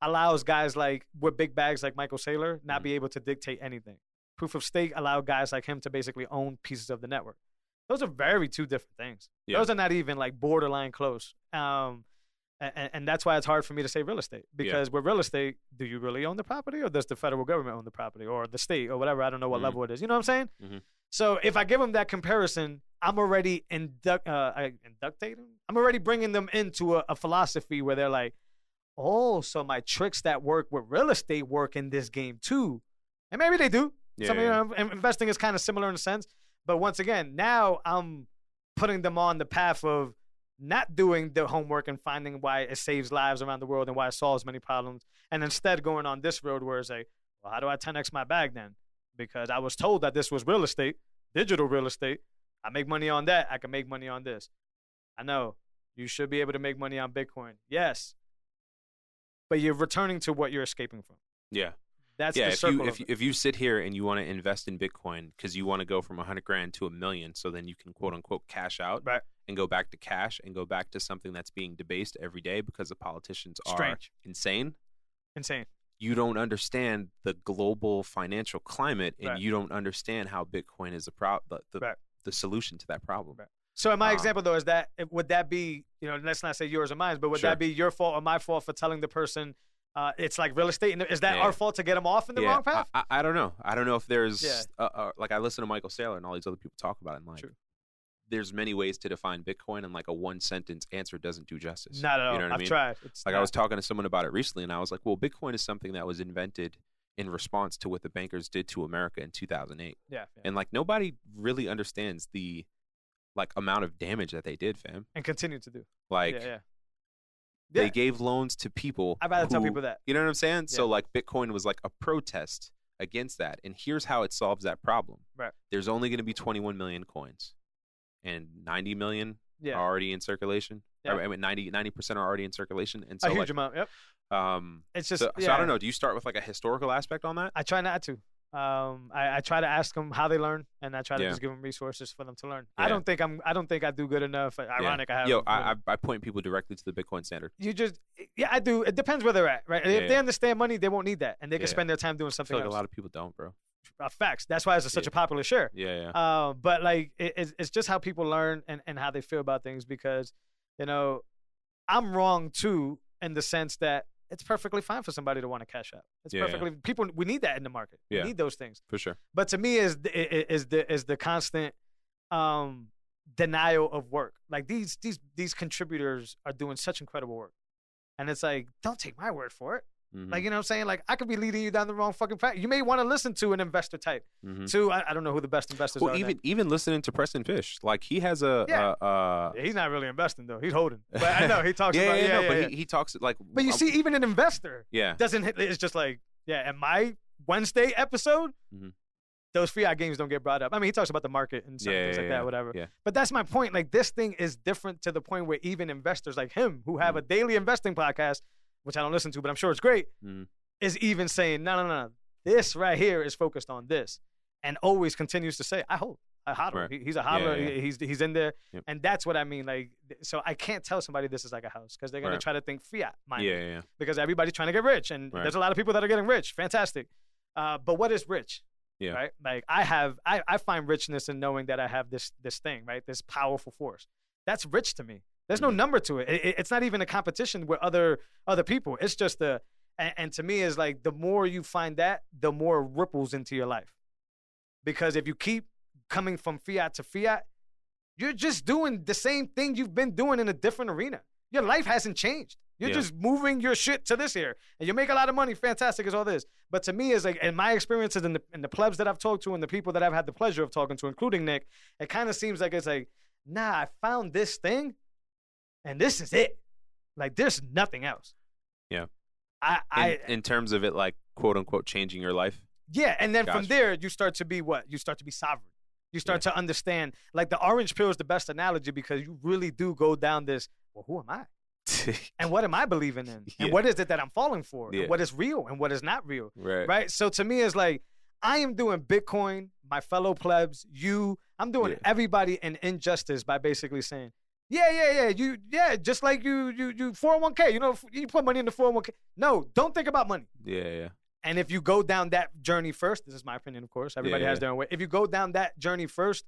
Speaker 1: allows guys like with big bags like Michael Saylor not
Speaker 2: Mhm.
Speaker 1: be able to dictate anything. Proof of stake allowed guys like him to basically own pieces of the network. Those are very two different things.
Speaker 2: Yeah.
Speaker 1: Those are not even like borderline close. Um, and, and that's why it's hard for me to say real estate
Speaker 2: Yeah.
Speaker 1: because with real estate, do you really own the property or does the federal government own the property or the state or whatever? I don't know what
Speaker 2: Mhm.
Speaker 1: level it is. You know what I'm saying?
Speaker 2: Mhm.
Speaker 1: So if I give them that comparison, I'm already induct, uh, I- inductating. I'm already bringing them into a, a philosophy where they're like, oh, so my tricks that work with real estate work in this game too. And maybe they do.
Speaker 2: Yeah,
Speaker 1: Some,
Speaker 2: yeah,
Speaker 1: you
Speaker 2: yeah.
Speaker 1: know, in- investing is kind of similar in a sense. But once again, now I'm putting them on the path of not doing the homework and finding why it saves lives around the world and why it solves many problems, and instead going on this road where it's like, well, how do I 10x my bag then? Because I was told that this was real estate, digital real estate. I make money on that. I can make money on this. I know you should be able to make money on Bitcoin. Yes. But you're returning to what you're escaping from.
Speaker 2: Yeah.
Speaker 1: That's
Speaker 2: yeah,
Speaker 1: the
Speaker 2: if
Speaker 1: circle.
Speaker 2: you
Speaker 1: of
Speaker 2: if,
Speaker 1: it.
Speaker 2: you- if you sit here and you want to invest in Bitcoin because you want to go from a hundred grand to a million, so then you can quote unquote cash out
Speaker 1: Right.
Speaker 2: and go back to cash and go back to something that's being debased every day because the politicians are
Speaker 1: Strange.
Speaker 2: insane.
Speaker 1: Insane.
Speaker 2: You don't understand the global financial climate, and
Speaker 1: Right.
Speaker 2: you don't understand how Bitcoin is the pro- the the,
Speaker 1: Right.
Speaker 2: the solution to that problem.
Speaker 1: Right. So in my
Speaker 2: Um,
Speaker 1: example though, is that would that be you know let's not say yours or mine, but would
Speaker 2: Sure.
Speaker 1: that be your fault or my fault for telling the person uh, it's like real estate? And is that
Speaker 2: Yeah.
Speaker 1: our fault to get them off in the
Speaker 2: yeah,
Speaker 1: wrong path?
Speaker 2: I, I, I don't know. I don't know if there's
Speaker 1: Yeah.
Speaker 2: uh, uh, like I listen to Michael Saylor and all these other people talk about it. And like,
Speaker 1: True.
Speaker 2: there's many ways to define Bitcoin, and like a one sentence answer doesn't do justice.
Speaker 1: not at all.
Speaker 2: You know what
Speaker 1: I've
Speaker 2: I mean?
Speaker 1: tried. It's
Speaker 2: Like I
Speaker 1: not-
Speaker 2: was talking to someone about it recently, and I was like, "Well, Bitcoin is something that was invented in response to what the bankers did to America in 2008,
Speaker 1: yeah, yeah.
Speaker 2: and like nobody really understands the like amount of damage that they did, fam.
Speaker 1: and continue to do.
Speaker 2: Like
Speaker 1: yeah, yeah.
Speaker 2: they
Speaker 1: Yeah.
Speaker 2: gave loans to people.
Speaker 1: I'd rather tell
Speaker 2: who-
Speaker 1: people that.
Speaker 2: You know what I'm saying? So like Bitcoin was like a protest against that, and here's how it solves that problem.
Speaker 1: Right.
Speaker 2: There's only going to be 21 million coins, and 90 million
Speaker 1: Yeah,
Speaker 2: are already in circulation.
Speaker 1: Yeah.
Speaker 2: I mean, 90 percent are already in circulation, and
Speaker 1: a
Speaker 2: so
Speaker 1: huge
Speaker 2: like,
Speaker 1: amount. Yep.
Speaker 2: um,
Speaker 1: It's just
Speaker 2: so,
Speaker 1: yeah.
Speaker 2: so I don't know. Do you start with like a historical aspect on that?
Speaker 1: I try not to. Um, I, I try to ask them how they learn, and I try to
Speaker 2: Yeah.
Speaker 1: just give them resources for them to learn.
Speaker 2: Yeah.
Speaker 1: I don't think I'm. I don't think I do good enough. Ironic, I have.
Speaker 2: Yo,
Speaker 1: you know.
Speaker 2: I, I I point people directly to the Bitcoin standard.
Speaker 1: you just yeah i do it depends where they're at right if
Speaker 2: Yeah.
Speaker 1: they understand money they won't need that and they can
Speaker 2: Yeah.
Speaker 1: spend their time doing
Speaker 2: I
Speaker 1: something
Speaker 2: feel like a
Speaker 1: else
Speaker 2: lot of people don't, bro.
Speaker 1: Uh, facts that's why it's such a popular share
Speaker 2: Yeah, yeah,
Speaker 1: uh, but like it, it's, it's just how people learn and, and how they feel about things because you know i'm wrong too in the sense that it's perfectly fine for somebody to want to cash out it's
Speaker 2: Yeah.
Speaker 1: perfectly people we need that in the market
Speaker 2: Yeah.
Speaker 1: we need those things
Speaker 2: for sure.
Speaker 1: but to me is the, i- i- is the is the constant um denial of work like these these these contributors are doing such incredible work and it's like don't take my word for it
Speaker 2: Mhm,
Speaker 1: like you know what i'm saying like i could be leading you down the wrong fucking path you may want to listen to an investor type
Speaker 2: mhm.
Speaker 1: to I, I don't know who the best investors
Speaker 2: Well,
Speaker 1: are now.
Speaker 2: even even listening to Preston Fish, like he has a
Speaker 1: Yeah.
Speaker 2: uh, uh,
Speaker 1: Yeah, he's not really investing though he's
Speaker 2: (laughs)
Speaker 1: holding but i know he talks
Speaker 2: yeah,
Speaker 1: about
Speaker 2: yeah, no,
Speaker 1: yeah,
Speaker 2: but
Speaker 1: yeah.
Speaker 2: He, he talks like
Speaker 1: but you
Speaker 2: um,
Speaker 1: see even an investor
Speaker 2: yeah,
Speaker 1: doesn't hit it's just like yeah and my wednesday episode
Speaker 2: Mhm.
Speaker 1: those fiat games don't get brought up i mean he talks about the market and some
Speaker 2: yeah,
Speaker 1: things
Speaker 2: yeah,
Speaker 1: like
Speaker 2: yeah,
Speaker 1: that whatever
Speaker 2: Yeah,
Speaker 1: But that's my point. Like this thing is different to the point where even investors like him, who
Speaker 2: Mm-hmm.
Speaker 1: have a daily investing podcast, which I don't listen to, but I'm sure it's great,
Speaker 2: Mhm.
Speaker 1: is even saying, no, no, no, no. this right here is focused on this, and always continues to say, I hope. I hodl.
Speaker 2: Right.
Speaker 1: He- He's a hodler.
Speaker 2: yeah, yeah.
Speaker 1: He- He's he's in there,
Speaker 2: Yep.
Speaker 1: and that's what I mean. Like, th- so I can't tell somebody this is like a house because they're gonna
Speaker 2: Right.
Speaker 1: try to think fiat
Speaker 2: yeah,
Speaker 1: money
Speaker 2: yeah, yeah.
Speaker 1: because everybody's trying to get rich, and
Speaker 2: Right.
Speaker 1: there's a lot of people that are getting rich. Fantastic, uh, but what is rich?
Speaker 2: Yeah.
Speaker 1: Right. Like I have, I, I find richness in knowing that I have this this thing, right? This powerful force. That's rich to me. There's no
Speaker 2: Mhm.
Speaker 1: number to it. It- it- It's not even a competition with other other people. It's just the and, and to me is like the more you find that, the more it ripples into your life. Because if you keep coming from fiat to fiat, you're just doing the same thing you've been doing in a different arena. Your life hasn't changed. You're
Speaker 2: Yeah.
Speaker 1: just moving your shit to this here, and you make a lot of money. Fantastic is all this, but to me, is like in my experiences and the, and the plebs that I've talked to and the people that I've had the pleasure of talking to, including Nick, it kind of seems like it's like, nah, I found this thing, and this is it. Like there's nothing else.
Speaker 2: Yeah.
Speaker 1: I, I
Speaker 2: in, in terms of it like quote unquote changing
Speaker 1: (laughs)
Speaker 2: your life
Speaker 1: yeah, and then from
Speaker 2: Gotcha.
Speaker 1: there you start to be what? You start to be sovereign. You start to understand. Like the orange pill is the best analogy because you really do go down this. Well, who am I? And what am I believing
Speaker 2: (laughs)
Speaker 1: in?
Speaker 2: Yeah.
Speaker 1: And what is it that I'm falling for?
Speaker 2: Yeah.
Speaker 1: And what is real and what is not real?
Speaker 2: right
Speaker 1: Right. So to me, it's like I am doing Bitcoin, my fellow plebs, you. I'm doing
Speaker 2: Yeah.
Speaker 1: everybody an injustice by basically saying, yeah, yeah, yeah, you, yeah, just like you, you, you, 401k. You know, you put money in the 401k. No, don't think about money.
Speaker 2: yeah yeah
Speaker 1: And if you go down that journey first, this is my opinion, of course. Everybody
Speaker 2: Yeah,
Speaker 1: has
Speaker 2: yeah.
Speaker 1: their own way. If you go down that journey first,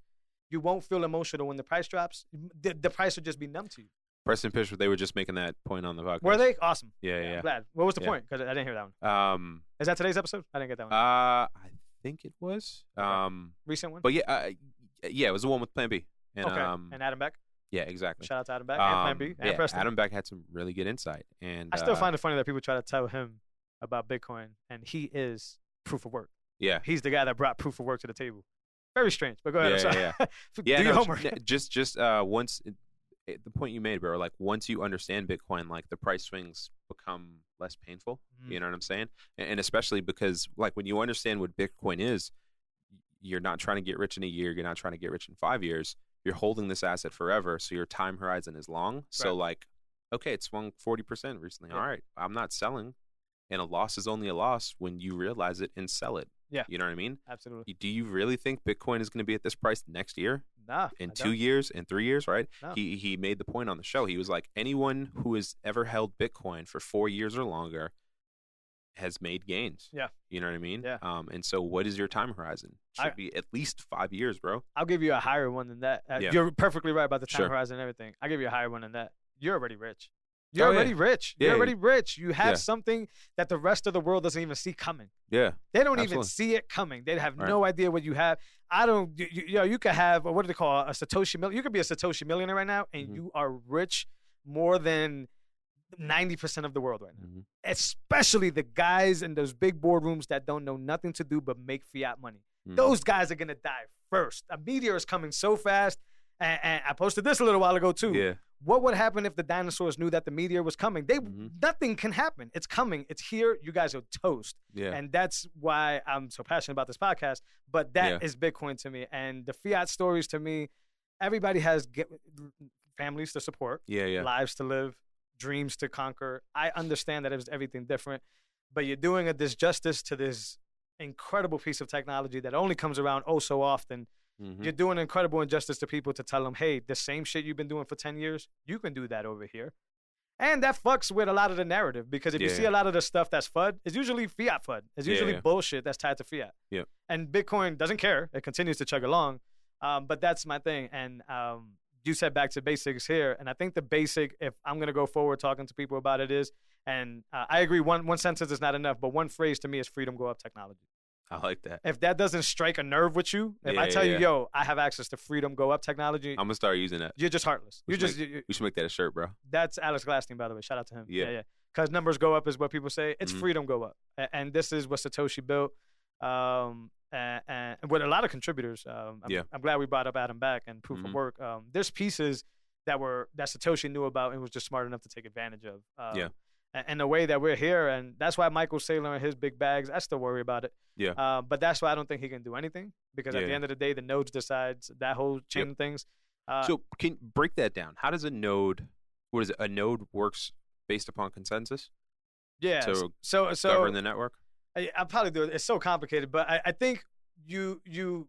Speaker 1: you won't feel emotional when the price drops. The, the price will just be numb to you.
Speaker 2: preston fish they were just making that point on the podcast
Speaker 1: Were they awesome?
Speaker 2: yeah
Speaker 1: I'm
Speaker 2: yeah,
Speaker 1: glad. What was the
Speaker 2: Yeah.
Speaker 1: point? Because I didn't hear that one.
Speaker 2: yeah. um
Speaker 1: Is that today's episode? I didn't get that one.
Speaker 2: uh i think it was um
Speaker 1: Recent one.
Speaker 2: but yeah uh, yeah it was the one with plan b and
Speaker 1: okay.
Speaker 2: um
Speaker 1: and Adam Beck.
Speaker 2: yeah exactly
Speaker 1: Shout out to Adam Beck and Plan
Speaker 2: Um,
Speaker 1: B and
Speaker 2: yeah,
Speaker 1: Preston.
Speaker 2: adam beck had some really good insight and
Speaker 1: I still
Speaker 2: uh,
Speaker 1: find it funny that people try to tell him about Bitcoin, and he is proof of work.
Speaker 2: yeah
Speaker 1: He's the guy that brought proof of work to the table. Very strange. But go ahead.
Speaker 2: Yeah,
Speaker 1: I'm sorry.
Speaker 2: yeah, yeah.
Speaker 1: (laughs) Do
Speaker 2: yeah
Speaker 1: your
Speaker 2: no,
Speaker 1: homework.
Speaker 2: j- just just uh once it, the point you made, bro. Like once you understand Bitcoin, like the price swings become less painful.
Speaker 1: Mm-hmm.
Speaker 2: You
Speaker 1: Mm.
Speaker 2: know what I'm saying? And, and especially because like when you understand what Bitcoin is, you're not trying to get rich in a year. You're not trying to get rich in five years. You're holding this asset forever, so your time horizon is long. So
Speaker 1: Right.
Speaker 2: like, okay, it swung forty percent recently.
Speaker 1: Yeah.
Speaker 2: All right, I'm not selling. And a loss is only a loss when you realize it and sell it.
Speaker 1: Yeah.
Speaker 2: You know what I mean?
Speaker 1: Absolutely.
Speaker 2: Do you really think Bitcoin is going to be at this price next year?
Speaker 1: Nah.
Speaker 2: in
Speaker 1: I
Speaker 2: two
Speaker 1: don't.
Speaker 2: years, in three years, right?
Speaker 1: No.
Speaker 2: He he made the point on the show. He was like, anyone who has ever held Bitcoin for four years or longer has made gains.
Speaker 1: Yeah.
Speaker 2: you know what I mean.
Speaker 1: Yeah.
Speaker 2: Um, and so, what is your time horizon? Should
Speaker 1: I-
Speaker 2: be at least five years, bro.
Speaker 1: I'll give you a higher one than that. Uh,
Speaker 2: Yeah.
Speaker 1: You're perfectly right about the time
Speaker 2: Sure.
Speaker 1: horizon and everything. I'll give you a higher one than that. You're already rich. You're
Speaker 2: Oh, yeah.
Speaker 1: already rich.
Speaker 2: Yeah,
Speaker 1: You're
Speaker 2: yeah.
Speaker 1: already rich. You have
Speaker 2: Yeah.
Speaker 1: something that the rest of the world doesn't even see coming.
Speaker 2: Yeah.
Speaker 1: They don't even
Speaker 2: Absolutely.
Speaker 1: see it coming. They have
Speaker 2: Right.
Speaker 1: no idea what you have. I don't. You, you, you know, you could have what do they call it? a Satoshi? Mil- you could be a Satoshi millionaire right now, and
Speaker 2: Mhm.
Speaker 1: you are rich more than ninety percent of the world right now.
Speaker 2: Mhm.
Speaker 1: Especially the guys in those big boardrooms that don't know nothing to do but make fiat money.
Speaker 2: Mhm.
Speaker 1: Those guys are gonna die first. A meteor is coming so fast, and, and I posted this a little while ago too.
Speaker 2: Mm-hmm. Yeah.
Speaker 1: What would happen if the dinosaurs knew that the meteor was coming? They
Speaker 2: Mhm.
Speaker 1: nothing can happen. It's coming. It's here. You guys are toast.
Speaker 2: Yeah.
Speaker 1: And that's why I'm so passionate about this podcast. But that
Speaker 2: Yeah.
Speaker 1: is Bitcoin to me. And the fiat stories to me, everybody has get, families to support,
Speaker 2: yeah. Yeah.
Speaker 1: lives to live, dreams to conquer. I understand that it was everything different, but you're doing a disjustice to this incredible piece of technology that only comes around oh so often.
Speaker 2: Mhm.
Speaker 1: You're doing incredible injustice to people to tell them, hey, the same shit you've been doing for 10 years, you can do that over here. And that fucks with a lot of the narrative because if you
Speaker 2: Yeah,
Speaker 1: see a
Speaker 2: yeah.
Speaker 1: lot of the stuff that's FUD, it's usually fiat FUD. It's
Speaker 2: Yeah,
Speaker 1: usually
Speaker 2: yeah.
Speaker 1: bullshit that's tied to fiat.
Speaker 2: Yep.
Speaker 1: And Bitcoin doesn't care. It continues to chug along. Um, but that's my thing. And um, you said back to basics here. And I think the basic, if I'm going to go forward talking to people about it, is, and uh, I agree, one, one sentence is not enough, but one phrase to me is freedom go up technology
Speaker 2: I like that.
Speaker 1: if that doesn't strike a nerve with you, if I
Speaker 2: Yeah,
Speaker 1: tell you,
Speaker 2: yeah.
Speaker 1: yo, I have access to freedom, go up technology,
Speaker 2: I'm gonna start using that.
Speaker 1: you're just heartless. You're
Speaker 2: Which
Speaker 1: just you- you-
Speaker 2: We should make that a shirt, bro.
Speaker 1: that's Alex Glasstein, by the way. Shout out to him.
Speaker 2: Yeah.
Speaker 1: yeah. Because numbers go up is what people say. It's
Speaker 2: Mhm.
Speaker 1: freedom go up, A- and this is what Satoshi built, um, and, and with a lot of contributors. Um, I'm,
Speaker 2: Yeah.
Speaker 1: I'm glad we brought up Adam Back and Proof of
Speaker 2: Mhm.
Speaker 1: Work. Um, there's pieces that were that Satoshi knew about and was just smart enough to take advantage of. Um,
Speaker 2: Yeah.
Speaker 1: a- And the way that we're here, and that's why Michael Saylor and his big bags. I still worry about it.
Speaker 2: Yeah.
Speaker 1: Uh, but that's why I don't think he can do anything because at
Speaker 2: Yeah.
Speaker 1: the end of the day, the nodes decides that whole chain
Speaker 2: Yep.
Speaker 1: of things. Uh,
Speaker 2: so can break that down. How does a node? What is it? A node works based upon consensus.
Speaker 1: yeah.
Speaker 2: so
Speaker 1: so Uh, so
Speaker 2: govern the network.
Speaker 1: I, I'll probably do it. It's so complicated, but I, I think you you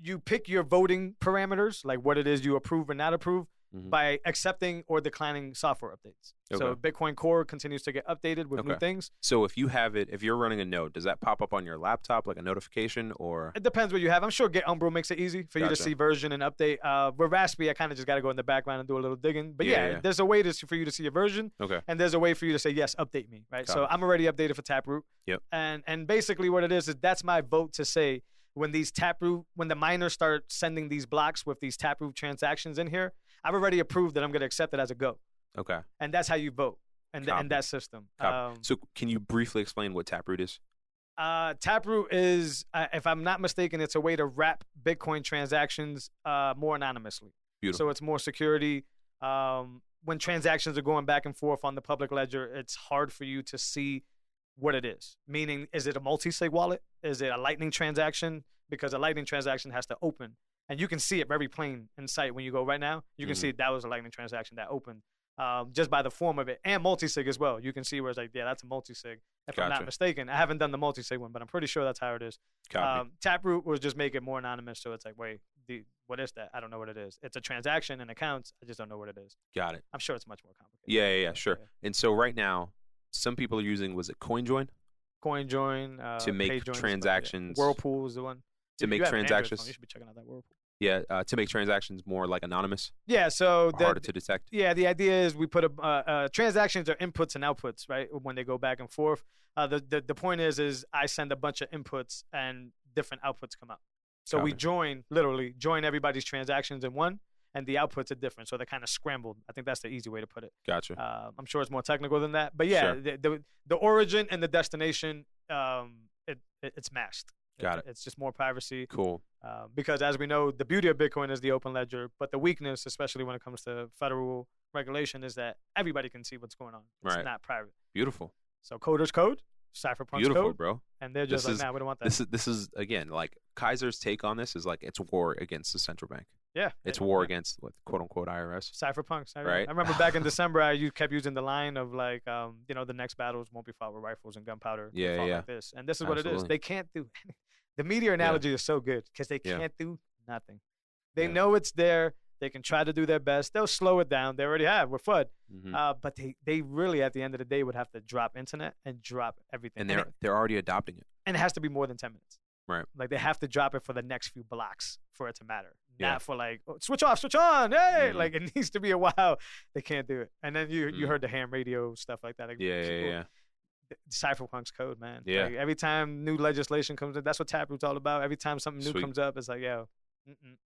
Speaker 1: you pick your voting parameters, like what it is you approve or not approve,
Speaker 2: Mhm.
Speaker 1: by accepting or declining software updates. So
Speaker 2: Okay.
Speaker 1: Bitcoin Core continues to get updated with new
Speaker 2: Okay.
Speaker 1: things.
Speaker 2: So if you have it, if you're running a node, does that pop up on your laptop like a notification or?
Speaker 1: It depends what you have. I'm sure Git Umbro makes it easy for you to
Speaker 2: Gotcha.
Speaker 1: see version and update. Uh, with Raspi, I kind of just got to go in the background and do a little digging. But
Speaker 2: Yeah,
Speaker 1: yeah,
Speaker 2: yeah, yeah.
Speaker 1: there's a way to, for you to see a version,
Speaker 2: Okay.
Speaker 1: and there's a way for you to say yes, update me, right?
Speaker 2: Got
Speaker 1: so
Speaker 2: it.
Speaker 1: I'm already updated for Taproot.
Speaker 2: Yep.
Speaker 1: And and basically what it is is that's my vote to say when these Taproot when the miners start sending these blocks with these Taproot transactions in here, I've already approved that I'm going to accept it as a go,
Speaker 2: Okay.
Speaker 1: and that's how you vote. And, th-
Speaker 2: Copy.
Speaker 1: and that system.
Speaker 2: Copy.
Speaker 1: Um,
Speaker 2: So can you briefly explain what Taproot is?
Speaker 1: uh, Taproot is, uh, if I'm not mistaken, it's a way to wrap Bitcoin transactions uh, more anonymously.
Speaker 2: Beautiful.
Speaker 1: So it's more security. Um, when transactions are going back and forth on the public ledger, it's hard for you to see what it is. Meaning, is it a multi-sig wallet? Is it a Lightning transaction? Because a Lightning transaction has to open, and you can see it very plain in sight when you go right now. You can
Speaker 2: Mhm.
Speaker 1: see that was a Lightning transaction that opened um, just by the form of it, and multi-sig as well. You can see where it's like, yeah, that's a multi-sig. If I'm not
Speaker 2: Gotcha.
Speaker 1: mistaken, I haven't done the multi-sig one, but I'm pretty sure that's how it is.
Speaker 2: Copy.
Speaker 1: Um, Taproot was just make it more anonymous, so it's like, wait, the, what is that? I don't know what it is. It's a transaction and accounts. I just don't know what it is.
Speaker 2: Got it.
Speaker 1: I'm sure it's much more complicated.
Speaker 2: Yeah, yeah, yeah, sure. And so right now, some people are using was it CoinJoin
Speaker 1: CoinJoin uh,
Speaker 2: To make
Speaker 1: PayJoin, stuff like that.
Speaker 2: transactions-
Speaker 1: Whirlpool is the one
Speaker 2: to
Speaker 1: If
Speaker 2: make
Speaker 1: you have an Android phone, You
Speaker 2: transactions.
Speaker 1: should be checking out that Whirlpool.
Speaker 2: Yeah, uh, to make transactions more like anonymous,
Speaker 1: Yeah. So
Speaker 2: or
Speaker 1: the,
Speaker 2: harder to detect.
Speaker 1: yeah, the idea is we put a uh, uh, transactions are inputs and outputs, right? When they go back and forth. Uh, the, the the point is is I send a bunch of inputs and different outputs come out. So we
Speaker 2: Copy.
Speaker 1: join literally join everybody's transactions in one, and the outputs are different. So they're kind of scrambled. I think that's the easy way to put it.
Speaker 2: Gotcha.
Speaker 1: Uh, I'm sure it's more technical than that, but yeah,
Speaker 2: Sure.
Speaker 1: the, the the origin and the destination, um, it, it it's masked.
Speaker 2: Got it.
Speaker 1: It's just more privacy
Speaker 2: Cool.
Speaker 1: uh, because, as we know, the beauty of Bitcoin is the open ledger, but the weakness, especially when it comes to federal regulation, is that everybody can see what's going on. It's
Speaker 2: Right.
Speaker 1: not private.
Speaker 2: Beautiful.
Speaker 1: So coders code, cypherpunks
Speaker 2: Beautiful,
Speaker 1: code,
Speaker 2: bro.
Speaker 1: and they're
Speaker 2: This
Speaker 1: just like,
Speaker 2: is-
Speaker 1: nah, we don't want that.
Speaker 2: This is this is again like Kaiser's take on this is like it's war against the central bank.
Speaker 1: yeah,
Speaker 2: It's
Speaker 1: they-
Speaker 2: war
Speaker 1: yeah.
Speaker 2: against what, quote unquote IRS.
Speaker 1: cypherpunks. I,
Speaker 2: Right.
Speaker 1: I remember back in December, I you kept using the line of like, um, you know, the next battles won't be fought with rifles and gunpowder. they'll be
Speaker 2: Yeah,
Speaker 1: fought
Speaker 2: yeah.
Speaker 1: Like this, and this is what it is.
Speaker 2: Absolutely.
Speaker 1: They can't do. the media analogy is so good because they
Speaker 2: Yeah.
Speaker 1: can't do nothing. They
Speaker 2: Yeah.
Speaker 1: know it's there. They can try to do their best. They'll slow it down. They already have. We're FUD.
Speaker 2: Mhm.
Speaker 1: Uh, but they, they really, at the end of the day, would have to drop internet and drop everything.
Speaker 2: and
Speaker 1: it-
Speaker 2: they're they're already adopting it.
Speaker 1: and it has to be more than 10 minutes.
Speaker 2: Right.
Speaker 1: Like they have to drop it for the next few blocks for it to matter.
Speaker 2: Yeah.
Speaker 1: Not for like oh, switch off, switch on. Hey,
Speaker 2: Mhm.
Speaker 1: like it (laughs) needs to be a while. They can't do it. And then you you
Speaker 2: Mm.
Speaker 1: heard the ham radio stuff like that. Like,
Speaker 2: Yeah, yeah,
Speaker 1: people-
Speaker 2: yeah.
Speaker 1: th- Cypherpunks code, man.
Speaker 2: Yeah.
Speaker 1: Like, every time new legislation comes in, that's what Taproot's all about. Every time something new
Speaker 2: Sweet.
Speaker 1: comes up, it's like, yo, mm-mm.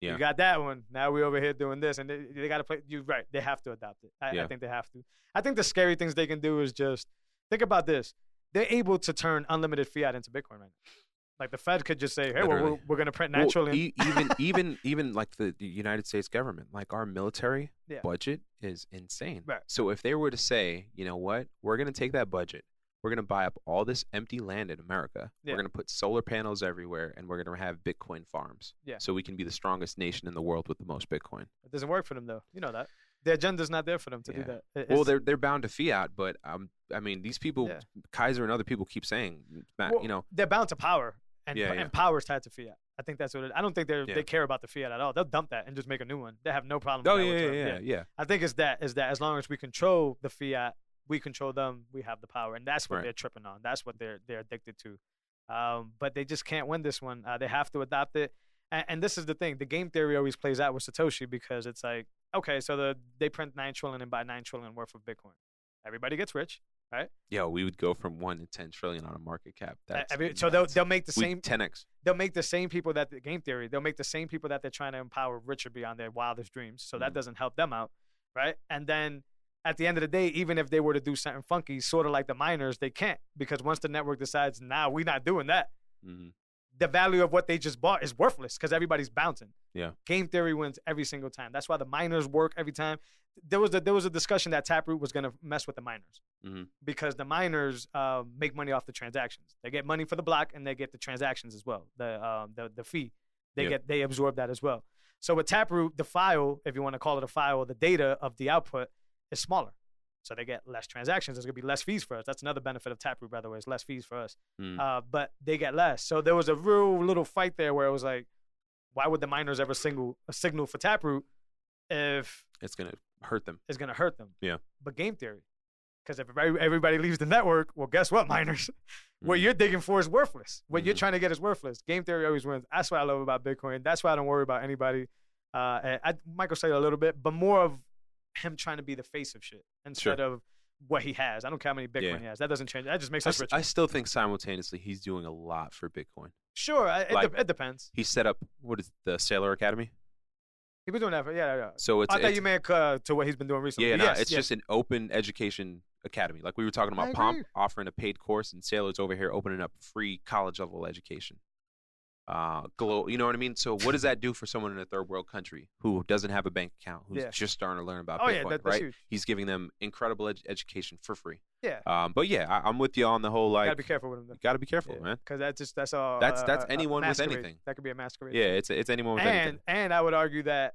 Speaker 2: Yeah.
Speaker 1: you got that one. Now we over here doing this. And they, they got to play. You're right. They have to adopt it. I, I
Speaker 2: Yeah.
Speaker 1: think they have to. I think the scary things they can do is just think about this. They're able to turn unlimited fiat into Bitcoin right now. Like the Fed could just say, hey, well,
Speaker 2: Literally.
Speaker 1: we're, we're going to print
Speaker 2: Well,
Speaker 1: nine trillion.
Speaker 2: e-
Speaker 1: (laughs)
Speaker 2: even even even like the, the United States government, like our military
Speaker 1: Yeah.
Speaker 2: budget is insane.
Speaker 1: Right.
Speaker 2: So if they were to say, you know what, we're gonna take that budget, we're gonna buy up all this empty land in America,
Speaker 1: Yeah.
Speaker 2: we're gonna put solar panels everywhere, and we're gonna have Bitcoin farms.
Speaker 1: Yeah.
Speaker 2: So we can be the strongest nation in the world with the most Bitcoin.
Speaker 1: (coughs) It doesn't work for them, though. You know that. The agenda's not there for them to do
Speaker 2: Yeah.
Speaker 1: that. It-
Speaker 2: well,
Speaker 1: it's-
Speaker 2: they're they're bound to fiat, but um, I mean these people,
Speaker 1: Yeah.
Speaker 2: Kaiser and other people keep saying, Matt,
Speaker 1: Well,
Speaker 2: uh, you know,
Speaker 1: they're bound to power, and
Speaker 2: Yeah,
Speaker 1: power
Speaker 2: yeah.
Speaker 1: and power is tied to fiat. I think that's what it. I don't think they are
Speaker 2: Yeah.
Speaker 1: they care about the fiat at all. They'll dump that and just make a new one. They have no problem.
Speaker 2: oh
Speaker 1: with that
Speaker 2: yeah, yeah,
Speaker 1: whatsoever.
Speaker 2: yeah, yeah.
Speaker 1: I think it's that is that as long as we control the fiat, we control them. We have the power, and that's what
Speaker 2: Right.
Speaker 1: they're tripping on. That's what they're they're addicted to. Um, but they just can't win this one. Uh, they have to adopt it. And, and this is the thing: the game theory always plays out with Satoshi because it's like, okay, so the they print nine trillion and buy nine trillion worth of Bitcoin. Everybody gets rich. E,
Speaker 2: Yo, we would go from one to ten trillion on a market cap.
Speaker 1: Uh,
Speaker 2: That's
Speaker 1: every- so they'll
Speaker 2: nuts.
Speaker 1: they'll make the
Speaker 2: We-
Speaker 1: same
Speaker 2: 10x.
Speaker 1: they'll make the same people that the game theory they'll make the same people that they're trying to empower richer beyond their wildest dreams so that
Speaker 2: Mhm.
Speaker 1: doesn't help them out right and then at the end of the day even if they were to do something funky sort of like the miners they can't because once the network decides nah we're not doing that
Speaker 2: Mhm.
Speaker 1: the value of what they just bought is worthless because everybody's bouncing
Speaker 2: Yeah.
Speaker 1: game theory wins every single time that's why the miners work every time there was a, there was a discussion that taproot was going to mess with the miners
Speaker 2: Mhm.
Speaker 1: because the miners uh, make money off the transactions. They get money for the block and they get the transactions as well. The um, the the fee they
Speaker 2: Yeah.
Speaker 1: get they absorb that as well. So with Taproot, the file, if you want to call it a file, the data of the output is smaller. So they get less transactions. There's gonna be less fees for us. That's another benefit of Taproot, by the way, is less fees for us.
Speaker 2: Mm.
Speaker 1: Uh, but they get less. So there was a real little fight there where it was like, why would the miners ever single a signal for Taproot if
Speaker 2: It's gonna hurt them.
Speaker 1: is going to hurt them.
Speaker 2: Yeah.
Speaker 1: But game theory, because if every- everybody leaves the network, well, guess what, (laughs) miners? what
Speaker 2: Mhm.
Speaker 1: you're digging for is worthless. What you're
Speaker 2: Mhm.
Speaker 1: trying to get is worthless. Game theory always wins. That's what I love about Bitcoin. That's why I don't worry about anybody. Uh, and I, Michael said it a little bit, but more of him trying to be the face of shit instead of what he has. I don't care how many Bitcoin
Speaker 2: Yeah.
Speaker 1: he has. That doesn't change. That just makes
Speaker 2: I,
Speaker 1: us
Speaker 2: s-
Speaker 1: rich.
Speaker 2: I still think simultaneously he's doing a lot for Bitcoin.
Speaker 1: sure, I, it, de-
Speaker 2: like-
Speaker 1: it depends.
Speaker 2: He set up what is the Sailor Academy?
Speaker 1: He was doing that for yeah. yeah, yeah.
Speaker 2: So it's,
Speaker 1: I thought
Speaker 2: it's-
Speaker 1: you meant uh, to what he's been doing recently.
Speaker 2: yeah, no,
Speaker 1: yes,
Speaker 2: it's
Speaker 1: yes.
Speaker 2: just an open education academy. Like we were talking
Speaker 1: I
Speaker 2: about Pomp
Speaker 1: agree.
Speaker 2: offering a paid course, and Sailor's over here opening up free college level education. Uh, glow, you know what I mean. So what does that do for someone in a third world country who doesn't have a bank account, who's
Speaker 1: Yeah.
Speaker 2: just starting to learn about
Speaker 1: Oh,
Speaker 2: Bitcoin?
Speaker 1: yeah, that- that's
Speaker 2: right?
Speaker 1: huge.
Speaker 2: He's giving them incredible ed- education for free.
Speaker 1: yeah.
Speaker 2: Um, but yeah, I, I'm with you on the whole like
Speaker 1: gotta be careful with him. Though.
Speaker 2: You gotta be careful, man.
Speaker 1: Because that's just that's all.
Speaker 2: That's-
Speaker 1: uh,
Speaker 2: that's
Speaker 1: uh, uh,
Speaker 2: anyone with
Speaker 1: masquerade.
Speaker 2: anything.
Speaker 1: That could be a masquerade.
Speaker 2: Yeah, it's it's anyone with
Speaker 1: and
Speaker 2: anything.
Speaker 1: and I would argue that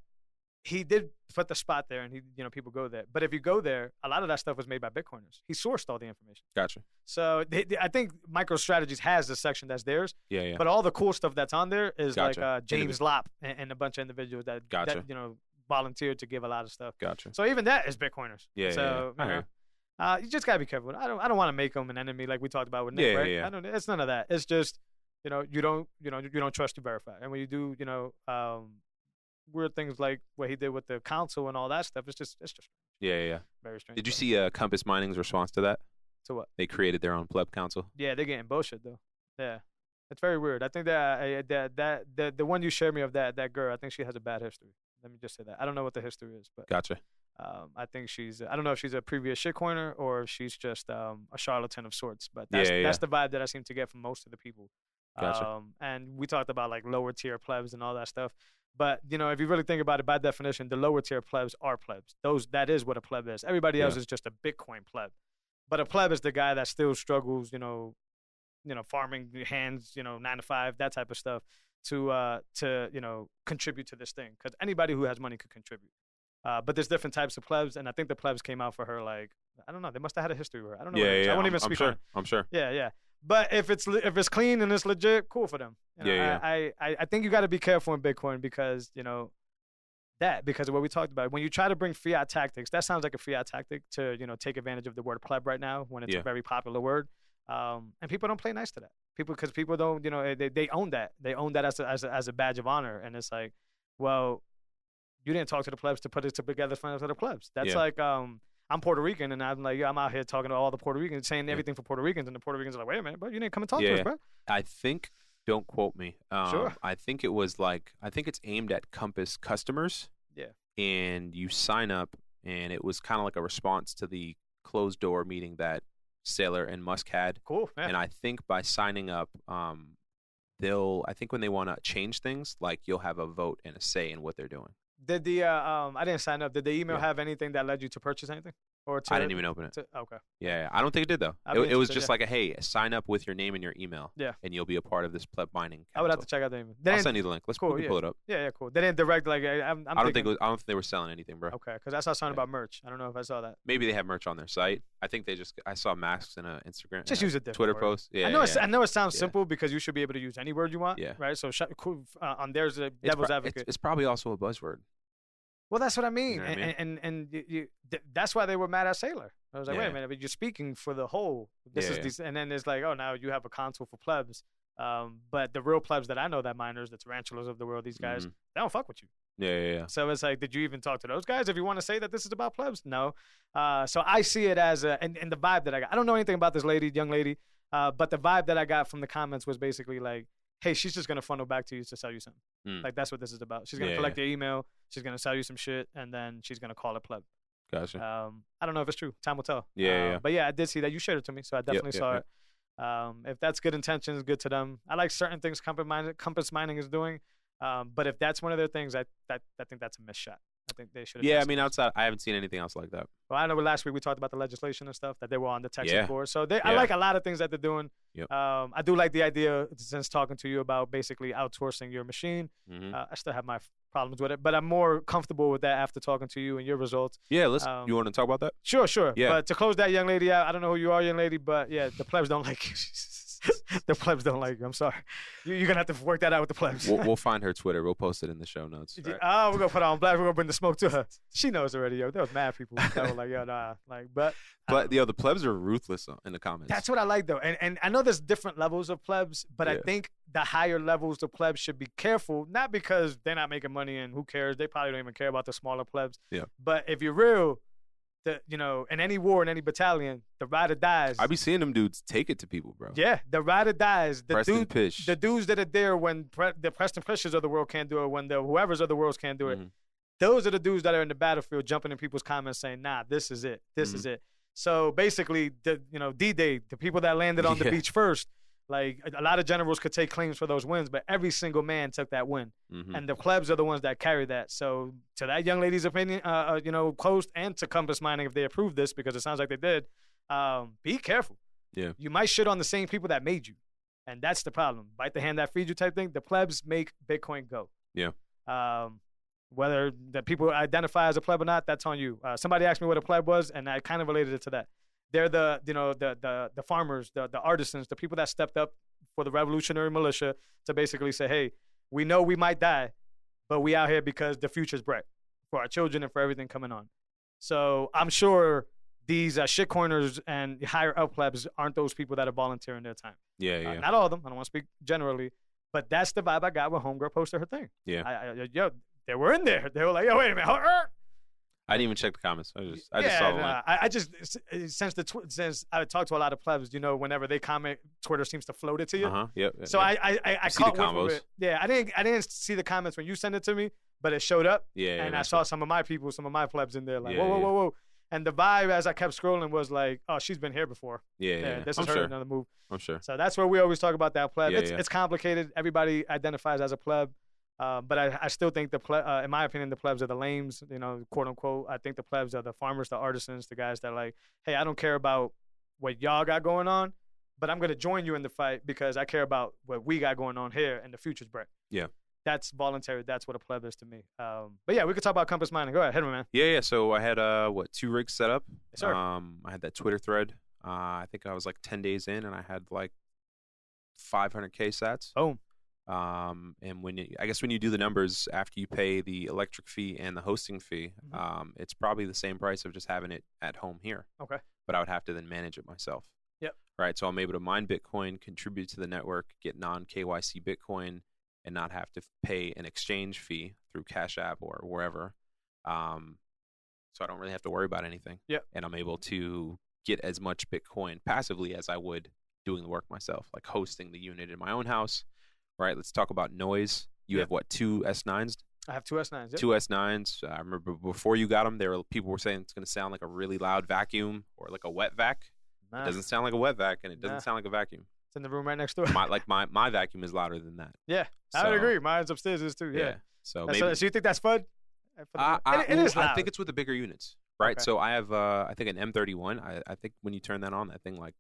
Speaker 1: he did put the spot there, and he you know people go there. But if you go there, a lot of that stuff was made by Bitcoiners. He sourced all the information.
Speaker 2: Gotcha.
Speaker 1: So they, they- I think MicroStrategies has this section that's theirs,
Speaker 2: Yeah, yeah.
Speaker 1: but all the cool stuff that's on there is like
Speaker 2: Gotcha.
Speaker 1: uh, James
Speaker 2: Individ-
Speaker 1: Lopp and, and a bunch of individuals that, that,
Speaker 2: Gotcha.
Speaker 1: you know volunteered to give a lot of stuff.
Speaker 2: Gotcha.
Speaker 1: So even that is Bitcoiners.
Speaker 2: Yeah, yeah,
Speaker 1: So
Speaker 2: yeah. I
Speaker 1: you,
Speaker 2: hear
Speaker 1: know, uh, you just gotta be careful. I don't. I don't want to make them an enemy like we talked about with Nick.
Speaker 2: Yeah, yeah,
Speaker 1: right?
Speaker 2: yeah.
Speaker 1: I don't. It's none of that. It's just you know you don't you know you don't trust to verify. And when you do, you know, um, weird things like what he did with the council and all that stuff. It's just it's just
Speaker 2: Yeah, yeah, yeah.
Speaker 1: very strange.
Speaker 2: Did you
Speaker 1: but-
Speaker 2: see uh, Compass Mining's response to that?
Speaker 1: To what?
Speaker 2: They created their own pleb council.
Speaker 1: Yeah, they're getting bullshit though. Yeah, it's very weird. I think that I, that that the the one you shared me of that that girl. I think she has a bad history. Let me just say that. I don't know what the history is, but
Speaker 2: Gotcha.
Speaker 1: Um, I think she's I don't know if she's a previous shitcoiner or if she's just um, a charlatan of sorts, but
Speaker 2: Yeah,
Speaker 1: that's
Speaker 2: yeah,
Speaker 1: that's the vibe that I seem to get from most of the people
Speaker 2: Gotcha.
Speaker 1: Um, and we talked about like lower tier plebs and all that stuff. But you know, if you really think about it, by definition, the lower tier plebs are plebs. Those that is what a pleb is. Everybody else
Speaker 2: Yeah.
Speaker 1: is just a Bitcoin pleb. But a pleb is the guy that still struggles, you know, you know, farming hands, you know, nine to five, that type of stuff, to uh, to you know contribute to this thing because anybody who has money could contribute. Uh, but there's different types of plebs, and I think the plebs came out for her like I don't know. They must have had a history with her. I don't know.
Speaker 2: yeah,
Speaker 1: what it
Speaker 2: yeah,
Speaker 1: is.
Speaker 2: yeah.
Speaker 1: I won't
Speaker 2: I'm,
Speaker 1: even
Speaker 2: I'm
Speaker 1: speak on
Speaker 2: sure.
Speaker 1: it.
Speaker 2: I'm sure.
Speaker 1: Yeah, yeah. But if it's le- if it's clean and it's legit, cool for them. You know,
Speaker 2: Yeah, yeah.
Speaker 1: I, I I- I think you got to be careful in Bitcoin because you know that because of what we talked about. When you try to bring fiat tactics, that sounds like a fiat tactic to you know take advantage of the word pleb right now when it's
Speaker 2: Yeah.
Speaker 1: a very popular word, um, and people don't play nice to that. People because people don't you know eh, they, they own that they own that as a, as a as a badge of honor, and it's like, well, you didn't talk to the plebs to put it together for the plebs. That's
Speaker 2: Yeah.
Speaker 1: like um. I'm Puerto Rican, and I'm like, yeah, I'm out here talking to all the Puerto Ricans, saying
Speaker 2: Yeah.
Speaker 1: everything for Puerto Ricans, and the Puerto Ricans are like, wait a minute, bro, you didn't come and talk
Speaker 2: Yeah,
Speaker 1: to us,
Speaker 2: yeah.
Speaker 1: bro.
Speaker 2: I think. Don't quote me. Um,
Speaker 1: Sure.
Speaker 2: I think it was like I think it's aimed at Compass customers.
Speaker 1: Yeah.
Speaker 2: And you sign up, and it was kind of like a response to the closed door meeting that Sailor and Musk had.
Speaker 1: Cool, yeah.
Speaker 2: and I think by signing up, um, they'll. I think when they want to change things, like you'll have a vote and a say in what they're doing.
Speaker 1: Did the uh, um, I didn't sign up. Did the email
Speaker 2: Yeah.
Speaker 1: have anything that led you to purchase anything? Or to,
Speaker 2: I didn't even open it.
Speaker 1: To, okay,
Speaker 2: Yeah, yeah. I don't think it did though.
Speaker 1: I'd
Speaker 2: It,
Speaker 1: be
Speaker 2: it was
Speaker 1: interested,
Speaker 2: just
Speaker 1: yeah.
Speaker 2: like a hey, sign up with your name and your email.
Speaker 1: Yeah.
Speaker 2: and you'll be a part of this pleb mining.
Speaker 1: I would have to
Speaker 2: council.
Speaker 1: check out the email. They
Speaker 2: I'll
Speaker 1: didn't,
Speaker 2: send you the link. Let's we
Speaker 1: Cool,
Speaker 2: can
Speaker 1: yeah.
Speaker 2: pull it up.
Speaker 1: yeah, yeah, cool. They didn't direct like I, I'm. I'm
Speaker 2: I'm I do not think it
Speaker 1: thinking, Oh.
Speaker 2: was, I don't think they were selling anything, bro.
Speaker 1: okay, because I saw something
Speaker 2: Yeah.
Speaker 1: about merch. I don't know if I saw that.
Speaker 2: Maybe they have merch on their site. I think they just. I saw masks in a Instagram,
Speaker 1: Just
Speaker 2: in
Speaker 1: use a
Speaker 2: a
Speaker 1: different
Speaker 2: Twitter
Speaker 1: word.
Speaker 2: post. Yeah,
Speaker 1: I know.
Speaker 2: yeah.
Speaker 1: It's, (laughs) I know it sounds
Speaker 2: Yeah.
Speaker 1: simple because you should be able to use any word you want,
Speaker 2: Yeah.
Speaker 1: right? So sh- cool, uh, on there's a
Speaker 2: It's
Speaker 1: devil's
Speaker 2: pro- it's-
Speaker 1: advocate.
Speaker 2: It's, probably also a buzzword.
Speaker 1: Well, that's what I mean,
Speaker 2: know what
Speaker 1: and,
Speaker 2: I mean?
Speaker 1: and and you, you, th- that's why they were mad at Sailor. I was like, wait a
Speaker 2: Yeah.
Speaker 1: minute, but you're speaking for the whole. This
Speaker 2: Yeah,
Speaker 1: is
Speaker 2: yeah.
Speaker 1: these, and then it's like, oh, now you have a console for plebs. Um, but the real plebs that I know, that miners, the tarantulas of the world, these guys,
Speaker 2: Mhm.
Speaker 1: they don't fuck with you.
Speaker 2: Yeah, yeah, yeah.
Speaker 1: So it's like, did you even talk to those guys? If you want to say that this is about plebs, no. Uh, so I see it as a and, and the vibe that I got. I don't know anything about this lady, young lady, uh, but the vibe that I got from the comments was basically like, hey, she's just gonna funnel back to you to sell you something.
Speaker 2: Mm.
Speaker 1: Like that's what this is about. She's gonna
Speaker 2: Yeah,
Speaker 1: collect your email, she's gonna sell you some shit, and then she's gonna call it pleb.
Speaker 2: Gotcha.
Speaker 1: Um, I don't know if it's true. Time will tell.
Speaker 2: Yeah,
Speaker 1: Uh,
Speaker 2: yeah.
Speaker 1: But yeah, I did see that. You shared it to me, so I definitely
Speaker 2: yeah,
Speaker 1: saw
Speaker 2: yeah.
Speaker 1: it. Um, if that's good intentions, good to them. I like certain things Compass Mining, Compass Mining is doing, um, but if that's one of their things, I that, I think that's a missed shot. I think they should.
Speaker 2: yeah, I mean, outside, I haven't seen anything else like that.
Speaker 1: well, I know last week we talked about the legislation and stuff that they were on the Texas
Speaker 2: Yeah.
Speaker 1: board. So they, I
Speaker 2: Yeah.
Speaker 1: like a lot of things that they're doing.
Speaker 2: Yep.
Speaker 1: Um, I do like the idea since talking to you about basically outsourcing your machine.
Speaker 2: hmm
Speaker 1: Uh, I still have my f- problems with it, but I'm more comfortable with that after talking to you and your results.
Speaker 2: yeah, let's.
Speaker 1: um,
Speaker 2: you want to talk
Speaker 1: (laughs)
Speaker 2: about that?
Speaker 1: Sure, sure.
Speaker 2: Yeah.
Speaker 1: But to close that young lady out, I don't know who you are, young lady, but yeah, the plebs don't like you. (laughs) the plebs don't like you. I'm sorry. You, you're gonna have to work that out with the plebs. (laughs)
Speaker 2: we'll, we'll find her Twitter. We'll post it in the show notes.
Speaker 1: Yeah, (laughs) Oh, we're gonna put her on black. We're gonna bring the smoke to her. She knows already, yo. There was mad people that were like, yo, nah, like, but I
Speaker 2: But yo, the plebs are ruthless on- in the comments.
Speaker 1: That's what I like though, and and I know there's different levels of plebs, but I
Speaker 2: Yeah.
Speaker 1: think the higher levels of plebs should be careful, not because they're not making money and who cares, they probably don't even care about the smaller plebs.
Speaker 2: Yeah.
Speaker 1: But if you're real, the you know, in any war, in any battalion, the rider dies.
Speaker 2: I be seeing them dudes take it to people, bro.
Speaker 1: yeah, the rider dies. The
Speaker 2: Preston
Speaker 1: dude,
Speaker 2: Pish.
Speaker 1: the dudes that are there when pre- the Preston Fishers of the world can't do it, when the whoever's of the world can't do it,
Speaker 2: Mhm.
Speaker 1: those are the dudes that are in the battlefield jumping in people's comments saying, "Nah, this is it. This
Speaker 2: Mm-hmm.
Speaker 1: is it." So basically, the you know D-Day, the people that landed on the
Speaker 2: Yeah.
Speaker 1: beach first, like a- a lot of generals could take claims for those wins, but every single man took that win,
Speaker 2: Mhm.
Speaker 1: and the plebs are the ones that carry that. So to that young lady's opinion, uh, uh, you know, Coast and to Compass Mining, if they approve this, because it sounds like they did, um, be careful.
Speaker 2: Yeah.
Speaker 1: you might shit on the same people that made you, and that's the problem. Bite the hand that feeds you type thing. The plebs make Bitcoin go.
Speaker 2: Yeah.
Speaker 1: Um, whether the people identify as a pleb or not, that's on you. Uh, somebody asked me what a pleb was, and I kind of related it to that. They're the you know the the the farmers, the the artisans, the people that stepped up for the revolutionary militia to basically say, hey, we know we might die, but we out here because the future's bright for our children and for everything coming on. So I'm sure these uh, shit corners and higher up plebs aren't those people that are volunteering their time.
Speaker 2: yeah,
Speaker 1: Uh,
Speaker 2: yeah.
Speaker 1: not all of them. I don't want to speak generally, but that's the vibe I got when Homegirl posted her thing.
Speaker 2: Yeah.
Speaker 1: I, I, yo, they were in there. They were like, yo, wait a minute. huh, er."
Speaker 2: I didn't even check the comments. I just, I just
Speaker 1: yeah,
Speaker 2: saw them.
Speaker 1: nah, I, I just s- uh, since the tw- since I talk to a lot of plebs, you know, whenever they comment, Twitter seems to float it to you.
Speaker 2: Uh huh. Yep.
Speaker 1: So
Speaker 2: yep.
Speaker 1: I I I, I
Speaker 2: You see the
Speaker 1: caught whiff of
Speaker 2: combos.
Speaker 1: it. Yeah, I didn't I didn't see the comments when you sent it to me, but it showed up
Speaker 2: Yeah. yeah,
Speaker 1: and I
Speaker 2: that's
Speaker 1: saw
Speaker 2: it.
Speaker 1: some of my people, some of my plebs in there, like,
Speaker 2: Yeah,
Speaker 1: whoa, whoa,
Speaker 2: yeah.
Speaker 1: whoa, whoa. And the vibe as I kept scrolling was like, oh, she's been here before.
Speaker 2: Yeah, yeah,
Speaker 1: Yeah,
Speaker 2: yeah.
Speaker 1: this
Speaker 2: I'm
Speaker 1: is her
Speaker 2: sure.
Speaker 1: another move.
Speaker 2: I'm sure.
Speaker 1: So that's where we always talk about that pleb.
Speaker 2: Yeah,
Speaker 1: it's,
Speaker 2: yeah.
Speaker 1: it's complicated. Everybody identifies as a pleb, uh, but I, I still think the ple- uh, in my opinion, the plebs are the lames. You know, quote unquote. I think the plebs are the farmers, the artisans, the guys that like, hey, I don't care about what y'all got going on, but I'm gonna join you in the fight because I care about what we got going on here and the future's bright.
Speaker 2: Yeah.
Speaker 1: That's voluntary. That's what a pleb is to me. Um, but yeah, we could talk about Compass Mining. Go ahead, hit him, man.
Speaker 2: Yeah, yeah. So I had uh what two rigs set up.
Speaker 1: Yes, sir.
Speaker 2: Um, I had that Twitter thread. Uh, I think I was like ten days in, and I had like 500k sats.
Speaker 1: Boom.
Speaker 2: Um, and when you, I guess when you do the numbers after you pay the electric fee and the hosting fee,
Speaker 1: Mhm.
Speaker 2: um, it's probably the same price of just having it at home here.
Speaker 1: Okay.
Speaker 2: But I would have to then manage it myself.
Speaker 1: Yep.
Speaker 2: Right. So I'm able to mine Bitcoin, contribute to the network, get non KYC Bitcoin, and not have to pay an exchange fee through Cash App or wherever. Um, so I don't really have to worry about anything.
Speaker 1: Yep.
Speaker 2: And I'm able to get as much Bitcoin passively as I would doing the work myself, like hosting the unit in my own house. Right. Let's talk about noise. You
Speaker 1: Yeah.
Speaker 2: have what two S9s,
Speaker 1: I have two S9s. Yep.
Speaker 2: two S9s. I remember before you got them, there were people were saying it's going to sound like a really loud vacuum or like a wet vac.
Speaker 1: Nah,
Speaker 2: It doesn't sound like a wet vac, and it
Speaker 1: Uh.
Speaker 2: doesn't
Speaker 1: Nah.
Speaker 2: sound like
Speaker 1: (laughs)
Speaker 2: a vacuum.
Speaker 1: It's in the room right next door.
Speaker 2: My like my my vacuum is louder than that.
Speaker 1: Yeah, (laughs) I would
Speaker 2: So,
Speaker 1: agree. Mine's upstairs is too.
Speaker 2: Yeah.
Speaker 1: yeah.
Speaker 2: So
Speaker 1: That's-
Speaker 2: Oh, maybe
Speaker 1: So, you think that's FUD? Uh, for the-
Speaker 2: Uh, I,
Speaker 1: it, it
Speaker 2: well,
Speaker 1: is
Speaker 2: I think it's with the bigger units, right?
Speaker 1: Okay.
Speaker 2: So I have, uh, I think an M31. I, I think when you turn that on, that thing like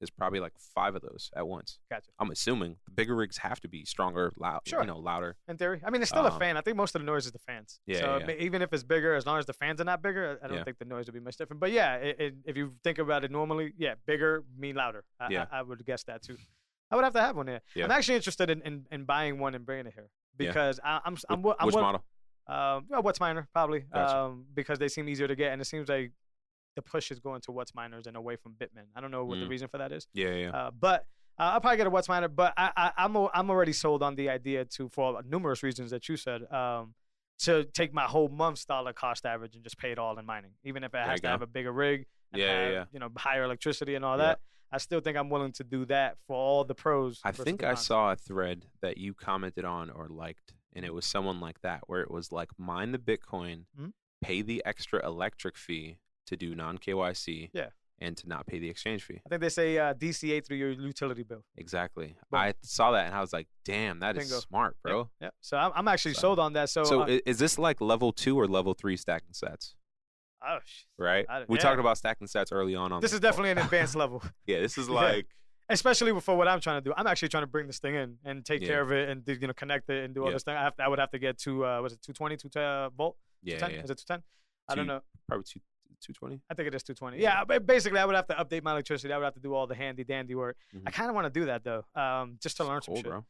Speaker 2: is probably like five of those at once.
Speaker 1: Gotcha.
Speaker 2: I'm assuming the bigger rigs have to be stronger, loud,
Speaker 1: Sure.
Speaker 2: you know, louder.
Speaker 1: in theory. I mean, it's still a
Speaker 2: Um,
Speaker 1: fan. I think most of the noise is the fans.
Speaker 2: Yeah,
Speaker 1: So
Speaker 2: yeah,
Speaker 1: ma- even if it's bigger, as long as the fans are not bigger, I I don't
Speaker 2: Yeah.
Speaker 1: think the noise would be much different. But yeah, it, it, if you think about it normally, yeah, bigger mean louder. I,
Speaker 2: Yeah.
Speaker 1: I, I would guess that too. I would have to have one here.
Speaker 2: Yeah.
Speaker 1: I'm actually interested in, in, in buying one and bringing it here
Speaker 2: Yeah.
Speaker 1: because I, I'm s- I'm, wi-
Speaker 2: Which-
Speaker 1: I'm
Speaker 2: which
Speaker 1: wi-
Speaker 2: model?
Speaker 1: Um, yeah, what's minor probably
Speaker 2: Gotcha.
Speaker 1: um, because they seem easier to get, and it seems like the push is going to what's minors and away from Bitmain. I don't know what the
Speaker 2: Mm.
Speaker 1: reason for that is.
Speaker 2: Yeah, yeah,
Speaker 1: Uh, but uh, I'll probably get a what's minor. But I, I, I'm al- I'm already sold on the idea to for numerous reasons that you said. Um, to take my whole month's dollar cost average and just pay it all in mining, even if it has
Speaker 2: you
Speaker 1: to have
Speaker 2: go.
Speaker 1: a bigger rig and
Speaker 2: Yeah, yeah,
Speaker 1: have,
Speaker 2: yeah.
Speaker 1: you know higher electricity and all
Speaker 2: Yeah.
Speaker 1: that. I still think I'm willing to do that for all the pros.
Speaker 2: I
Speaker 1: versus
Speaker 2: think
Speaker 1: the
Speaker 2: I
Speaker 1: cons.
Speaker 2: saw a thread that you commented on or liked, and it was someone like that, where it was like mine the Bitcoin,
Speaker 1: Mhm.
Speaker 2: pay the extra electric fee to do non KYC,
Speaker 1: Yeah.
Speaker 2: and to not pay the exchange fee.
Speaker 1: I think they say uh, DCA through your utility bill.
Speaker 2: Exactly.
Speaker 1: Boom.
Speaker 2: I saw that and I was like, damn, that is
Speaker 1: Bingo.
Speaker 2: smart,
Speaker 1: Yep,
Speaker 2: bro.
Speaker 1: Yep. So I'm, I'm actually
Speaker 2: So-
Speaker 1: sold on that. So,
Speaker 2: So
Speaker 1: uh,
Speaker 2: i- is this like level two or level three stacking sets?
Speaker 1: oh, sh-
Speaker 2: Right.
Speaker 1: I-
Speaker 2: we
Speaker 1: yeah.
Speaker 2: talked about stacking sets early on. on
Speaker 1: this
Speaker 2: the
Speaker 1: is definitely an
Speaker 2: call.
Speaker 1: advanced level.
Speaker 2: (laughs) yeah, this is
Speaker 1: (laughs) Yeah.
Speaker 2: like
Speaker 1: especially for what I'm trying to do. I'm actually trying to bring this thing in and take
Speaker 2: Yeah.
Speaker 1: care of it and do- you know connect it and do all
Speaker 2: Yeah.
Speaker 1: this thing. I have to, I would have to get to uh, was it 220 210 uh, volt?
Speaker 2: yeah, yeah,
Speaker 1: 210? Is it 210? I don't
Speaker 2: Two-
Speaker 1: know.
Speaker 2: probably two two twenty.
Speaker 1: I think it is 220.
Speaker 2: Yeah.
Speaker 1: Yeah, but basically I would have to update my electricity. I would have to do all the handy dandy work. I
Speaker 2: Mhm.
Speaker 1: kind of want to do that though, um, just to learn some
Speaker 2: Cool,
Speaker 1: shit.
Speaker 2: bro.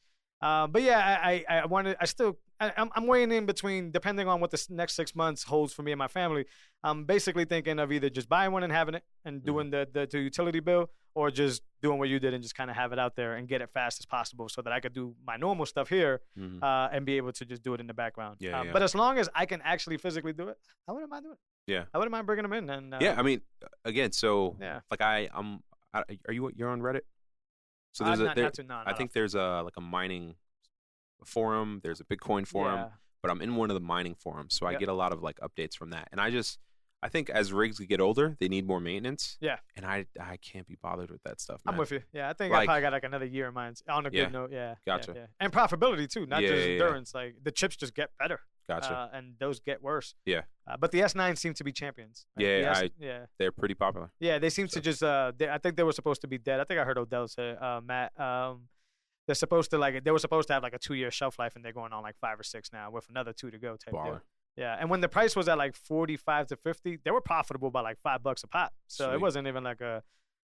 Speaker 1: Um, but yeah, I, I, I wanted, I still, I, I'm, I'm weighing in between, depending on what this next six months holds for me and my family. I'm basically thinking of either just buying one and having it and
Speaker 2: Mhm.
Speaker 1: doing the, the, the utility bill or just doing what you did and just kind of have it out there and get it fast as possible so that I could do my normal stuff here
Speaker 2: Mhm.
Speaker 1: uh, and be able to just do it in the background.
Speaker 2: Yeah,
Speaker 1: um,
Speaker 2: yeah.
Speaker 1: But as long as I can actually physically do it, I wouldn't mind doing it.
Speaker 2: Yeah.
Speaker 1: I wouldn't mind bringing them in. And uh,
Speaker 2: yeah, I mean, again, so
Speaker 1: yeah.
Speaker 2: like I, I'm. I, are you you're on Reddit? So
Speaker 1: I'm
Speaker 2: there's a
Speaker 1: not,
Speaker 2: there,
Speaker 1: not too, uh, no,
Speaker 2: I
Speaker 1: not
Speaker 2: think there's a like a mining forum. There's a Bitcoin
Speaker 1: off.
Speaker 2: forum.
Speaker 1: Yeah.
Speaker 2: but I'm in one of the mining forums, so I
Speaker 1: Yep.
Speaker 2: get a lot of like updates from that. And I just, I think as rigs get older, they need more maintenance.
Speaker 1: Yeah.
Speaker 2: and I, I can't be bothered with that stuff. Man.
Speaker 1: I'm with you. Yeah, I think I
Speaker 2: Like-
Speaker 1: probably got like another year in mine on a
Speaker 2: Yeah.
Speaker 1: good note. Yeah, yeah,
Speaker 2: Gotcha.
Speaker 1: yeah. And profitability too, not
Speaker 2: Yeah,
Speaker 1: just
Speaker 2: yeah, yeah.
Speaker 1: endurance. Like the chips just get better,
Speaker 2: Gotcha.
Speaker 1: uh, and those get worse.
Speaker 2: Yeah.
Speaker 1: Uh, but the S9 seem to be champions.
Speaker 2: Yeah,
Speaker 1: The S-
Speaker 2: I-
Speaker 1: yeah,
Speaker 2: They're pretty popular.
Speaker 1: yeah. They seem to
Speaker 2: So-
Speaker 1: just. Uh, they, I think they were supposed to be dead. I think I heard Odell say, uh, Matt. Um, they're supposed to like they were supposed to have like a two year shelf life, and they're going on like five or six now with another two to go. Type deal.
Speaker 2: Baller.
Speaker 1: Yeah, and when the price was at like forty five to fifty, they were profitable by like five bucks a pop. So it
Speaker 2: Sweet.
Speaker 1: wasn't even like a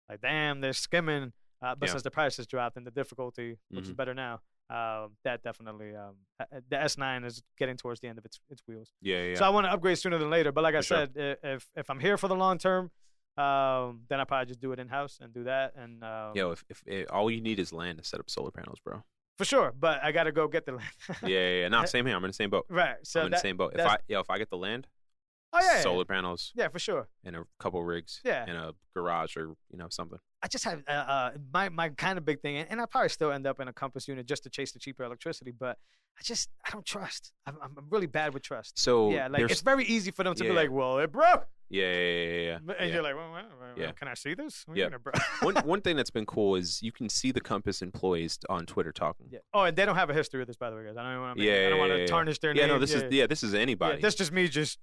Speaker 1: like damn they're skimming. Uh, but
Speaker 2: Yeah.
Speaker 1: since the price has dropped and the difficulty, which is
Speaker 2: Mhm.
Speaker 1: better now, um, that definitely um, uh, uh, the S nine is getting towards the end of its its wheels.
Speaker 2: Yeah, yeah. yeah.
Speaker 1: So I want to upgrade sooner than later. But like I
Speaker 2: For sure.
Speaker 1: said, i- if if I'm here for the long term, um, then I probably just do it in house and do that and um,
Speaker 2: Yo, if, if, eh, all you need is land to set up solar panels,
Speaker 1: (laughs)
Speaker 2: bro.
Speaker 1: for sure. But I gotta go get the land.
Speaker 2: Yeah, yeah, yeah. Nah, same here. I'm in the same boat.
Speaker 1: (laughs) right. So
Speaker 2: I'm in
Speaker 1: that,
Speaker 2: the same boat. If I,
Speaker 1: that's-
Speaker 2: yo, if I get the land,
Speaker 1: oh yeah, yeah,
Speaker 2: solar panels
Speaker 1: yeah, for sure.
Speaker 2: and a couple rigs,
Speaker 1: Yeah.
Speaker 2: and a garage or you know something.
Speaker 1: I just have uh, uh, my my kind of big thing, and, and I probably still end up in a compass unit just to chase the cheaper electricity. But I just I don't trust. I'm I'm I'm really bad with trust.
Speaker 2: So
Speaker 1: yeah, like
Speaker 2: there's-
Speaker 1: it's very easy for them to be
Speaker 2: yeah,
Speaker 1: like, "Well, it broke."
Speaker 2: Yeah, yeah, yeah, yeah. yeah.
Speaker 1: (laughs) And
Speaker 2: yeah.
Speaker 1: you're like, well, well, well,
Speaker 2: Yeah.
Speaker 1: can I see this? What
Speaker 2: Yeah.
Speaker 1: you gonna (laughs) bro-
Speaker 2: one one thing that's been cool is you can see the Compass employees on Twitter talking.
Speaker 1: Yeah. Oh, and they don't have a history with this, by the way, guys. I don't want to.
Speaker 2: Yeah,
Speaker 1: I don't
Speaker 2: yeah,
Speaker 1: want
Speaker 2: yeah,
Speaker 1: to
Speaker 2: yeah.
Speaker 1: tarnish their
Speaker 2: Yeah,
Speaker 1: name.
Speaker 2: no, this is yeah, this is
Speaker 1: yeah,
Speaker 2: anybody. Yeah,
Speaker 1: that's just me, just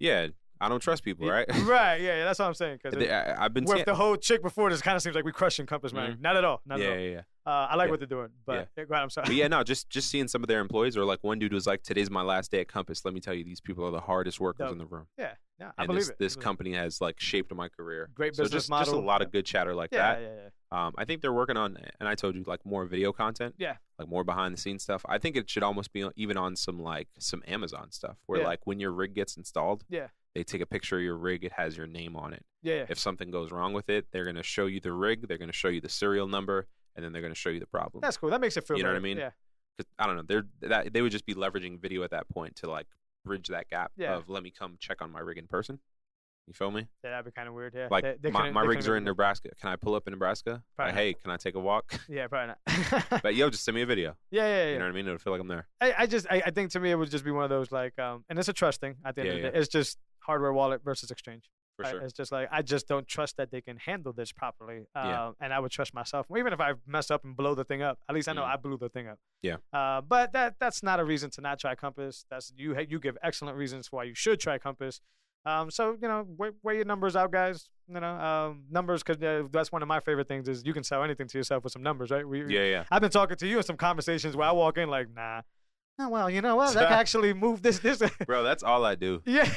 Speaker 2: I don't trust people, right?
Speaker 1: (laughs)
Speaker 2: (laughs)
Speaker 1: right. Yeah, yeah, that's what I'm saying. Because
Speaker 2: They- I, have been.
Speaker 1: with
Speaker 2: saying-
Speaker 1: the whole chick before this, kind of seems like we crushing Compass Man. Not at all. Not
Speaker 2: yeah,
Speaker 1: at all.
Speaker 2: yeah, yeah.
Speaker 1: Uh, I like
Speaker 2: Yeah.
Speaker 1: what they're doing, but yeah. go ahead, I'm sorry.
Speaker 2: But yeah, no, just just seeing some of their employees, or like one dude was like, "Today's my last day at Compass. Let me tell you, these people are the hardest workers
Speaker 1: Dope.
Speaker 2: in the room."
Speaker 1: Yeah, (laughs) no, I
Speaker 2: And
Speaker 1: believe
Speaker 2: this,
Speaker 1: it.
Speaker 2: this
Speaker 1: I believe it.
Speaker 2: company has like shaped my career.
Speaker 1: Great
Speaker 2: so
Speaker 1: business
Speaker 2: just, Just
Speaker 1: model.
Speaker 2: a lot of good chatter like
Speaker 1: yeah,
Speaker 2: that.
Speaker 1: yeah, yeah.
Speaker 2: Um, I think they're working on, and I told you like more video content.
Speaker 1: Yeah.
Speaker 2: Like more behind the scenes stuff. I think it should almost be on- even on some like some Amazon stuff where
Speaker 1: Yeah.
Speaker 2: like when your rig gets installed,
Speaker 1: Yeah.
Speaker 2: they take a picture of your rig. It has your name on it.
Speaker 1: Yeah, yeah.
Speaker 2: If something goes wrong with it, they're gonna show you the rig. They're gonna show you the serial number, and then they're gonna show you the problem.
Speaker 1: That's cool. That makes it feel.
Speaker 2: You know what I
Speaker 1: better.
Speaker 2: mean?
Speaker 1: Yeah,
Speaker 2: 'Cause, I don't know. They're that they would just be leveraging video at that point to like bridge that gap
Speaker 1: Yeah.
Speaker 2: of let me come check on my rig in person. You feel me?
Speaker 1: Yeah, that'd be kind of weird. Yeah,
Speaker 2: Like
Speaker 1: They- they
Speaker 2: my,
Speaker 1: couldn't-
Speaker 2: my
Speaker 1: they
Speaker 2: rigs
Speaker 1: couldn't
Speaker 2: are in
Speaker 1: make
Speaker 2: Nebraska. Can I pull up in Nebraska?
Speaker 1: Probably
Speaker 2: Like,
Speaker 1: not.
Speaker 2: hey, can I take a walk? (laughs)
Speaker 1: it. Yeah, probably not. (laughs)
Speaker 2: but yo, just send me a video.
Speaker 1: yeah, yeah,
Speaker 2: You
Speaker 1: yeah.
Speaker 2: know what I mean? It'll feel like I'm there.
Speaker 1: I, I just I, I think to me it would just be one of those like um and it's a trust thing at the end
Speaker 2: Yeah,
Speaker 1: of the day. It's just hardware wallet versus exchange.
Speaker 2: For
Speaker 1: right?
Speaker 2: sure.
Speaker 1: It's just like I just don't trust that they can handle this properly. Um
Speaker 2: Yeah.
Speaker 1: and I would trust myself. Even if I mess up and blow the thing up, at least I know
Speaker 2: Mm.
Speaker 1: I blew the thing up.
Speaker 2: Yeah.
Speaker 1: Uh but that that's not a reason to not try Compass. That's you ha- you give excellent reasons why you should try Compass. Um, so you know, weigh, weigh your numbers out, guys. You know, um, numbers because uh, that's one of my favorite things is you can sell anything to yourself with some numbers, right? We,
Speaker 2: Yeah, yeah.
Speaker 1: I've been talking to you in some conversations where I walk in like, nah. No, well, you know what?
Speaker 2: (laughs)
Speaker 1: That actually moved this this. (laughs)
Speaker 2: Bro, that's all I do.
Speaker 1: yeah.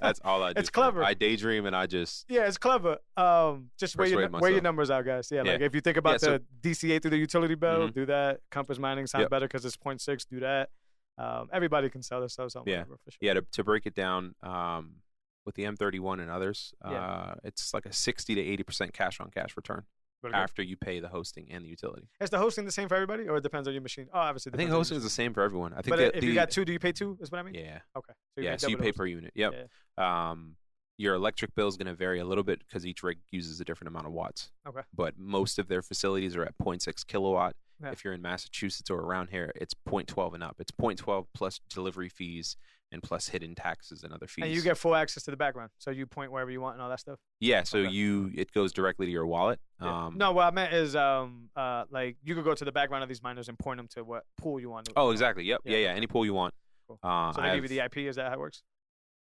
Speaker 2: That's all I do.
Speaker 1: It's
Speaker 2: for work.
Speaker 1: clever.
Speaker 2: I daydream and I just
Speaker 1: yeah, it's clever. Um, just weigh your,
Speaker 2: Persuade
Speaker 1: nu- weigh your
Speaker 2: myself.
Speaker 1: numbers out, guys. Yeah,
Speaker 2: Yeah.
Speaker 1: like if you think about
Speaker 2: Yeah, so-
Speaker 1: the DCA through the utility bill,
Speaker 2: Mhm.
Speaker 1: do that. Compass mining sounds
Speaker 2: Yep.
Speaker 1: better because it's 0.6. Do that. Um, everybody can sell themselves something.
Speaker 2: Yeah.
Speaker 1: whatever, for sure.
Speaker 2: yeah, to, to break it down, um, with the M31 and others,
Speaker 1: Yeah.
Speaker 2: uh, it's like a 60 to 80% cash on cash return
Speaker 1: Really good.
Speaker 2: after you pay the hosting and the utility.
Speaker 1: Is the hosting the same for everybody, or it depends on your machine? Oh, obviously.
Speaker 2: I
Speaker 1: depends
Speaker 2: think
Speaker 1: on your
Speaker 2: hosting is the
Speaker 1: machine.
Speaker 2: same for everyone. I think
Speaker 1: But uh,
Speaker 2: that
Speaker 1: if
Speaker 2: the,
Speaker 1: you got two, do you pay two? Is what I mean.
Speaker 2: yeah,
Speaker 1: Okay. So
Speaker 2: yeah,
Speaker 1: get
Speaker 2: so you
Speaker 1: double
Speaker 2: pay
Speaker 1: those.
Speaker 2: per unit. Yep. Um, your electric bill is going to vary a little bit because each rig uses a different amount of watts.
Speaker 1: Okay.
Speaker 2: But most of their facilities are at 0.6 kilowatt.
Speaker 1: Yeah.
Speaker 2: If you're in Massachusetts or around here, it's 0.12 and up. It's 0.12 plus delivery fees and plus hidden taxes and other fees.
Speaker 1: And you get full access to the background, so you point wherever you want and all that stuff.
Speaker 2: yeah, so
Speaker 1: okay.
Speaker 2: you it goes directly to your wallet.
Speaker 1: Yeah.
Speaker 2: Um,
Speaker 1: no, what I meant is, um, uh, like you could go to the background of these miners and point them to what pool you want. to-
Speaker 2: Oh, exactly. Yep.
Speaker 1: Yeah.
Speaker 2: Yeah, yeah. Any pool you want.
Speaker 1: Cool.
Speaker 2: Uh,
Speaker 1: So
Speaker 2: I
Speaker 1: they give you
Speaker 2: have-
Speaker 1: the IP. Is that how it works?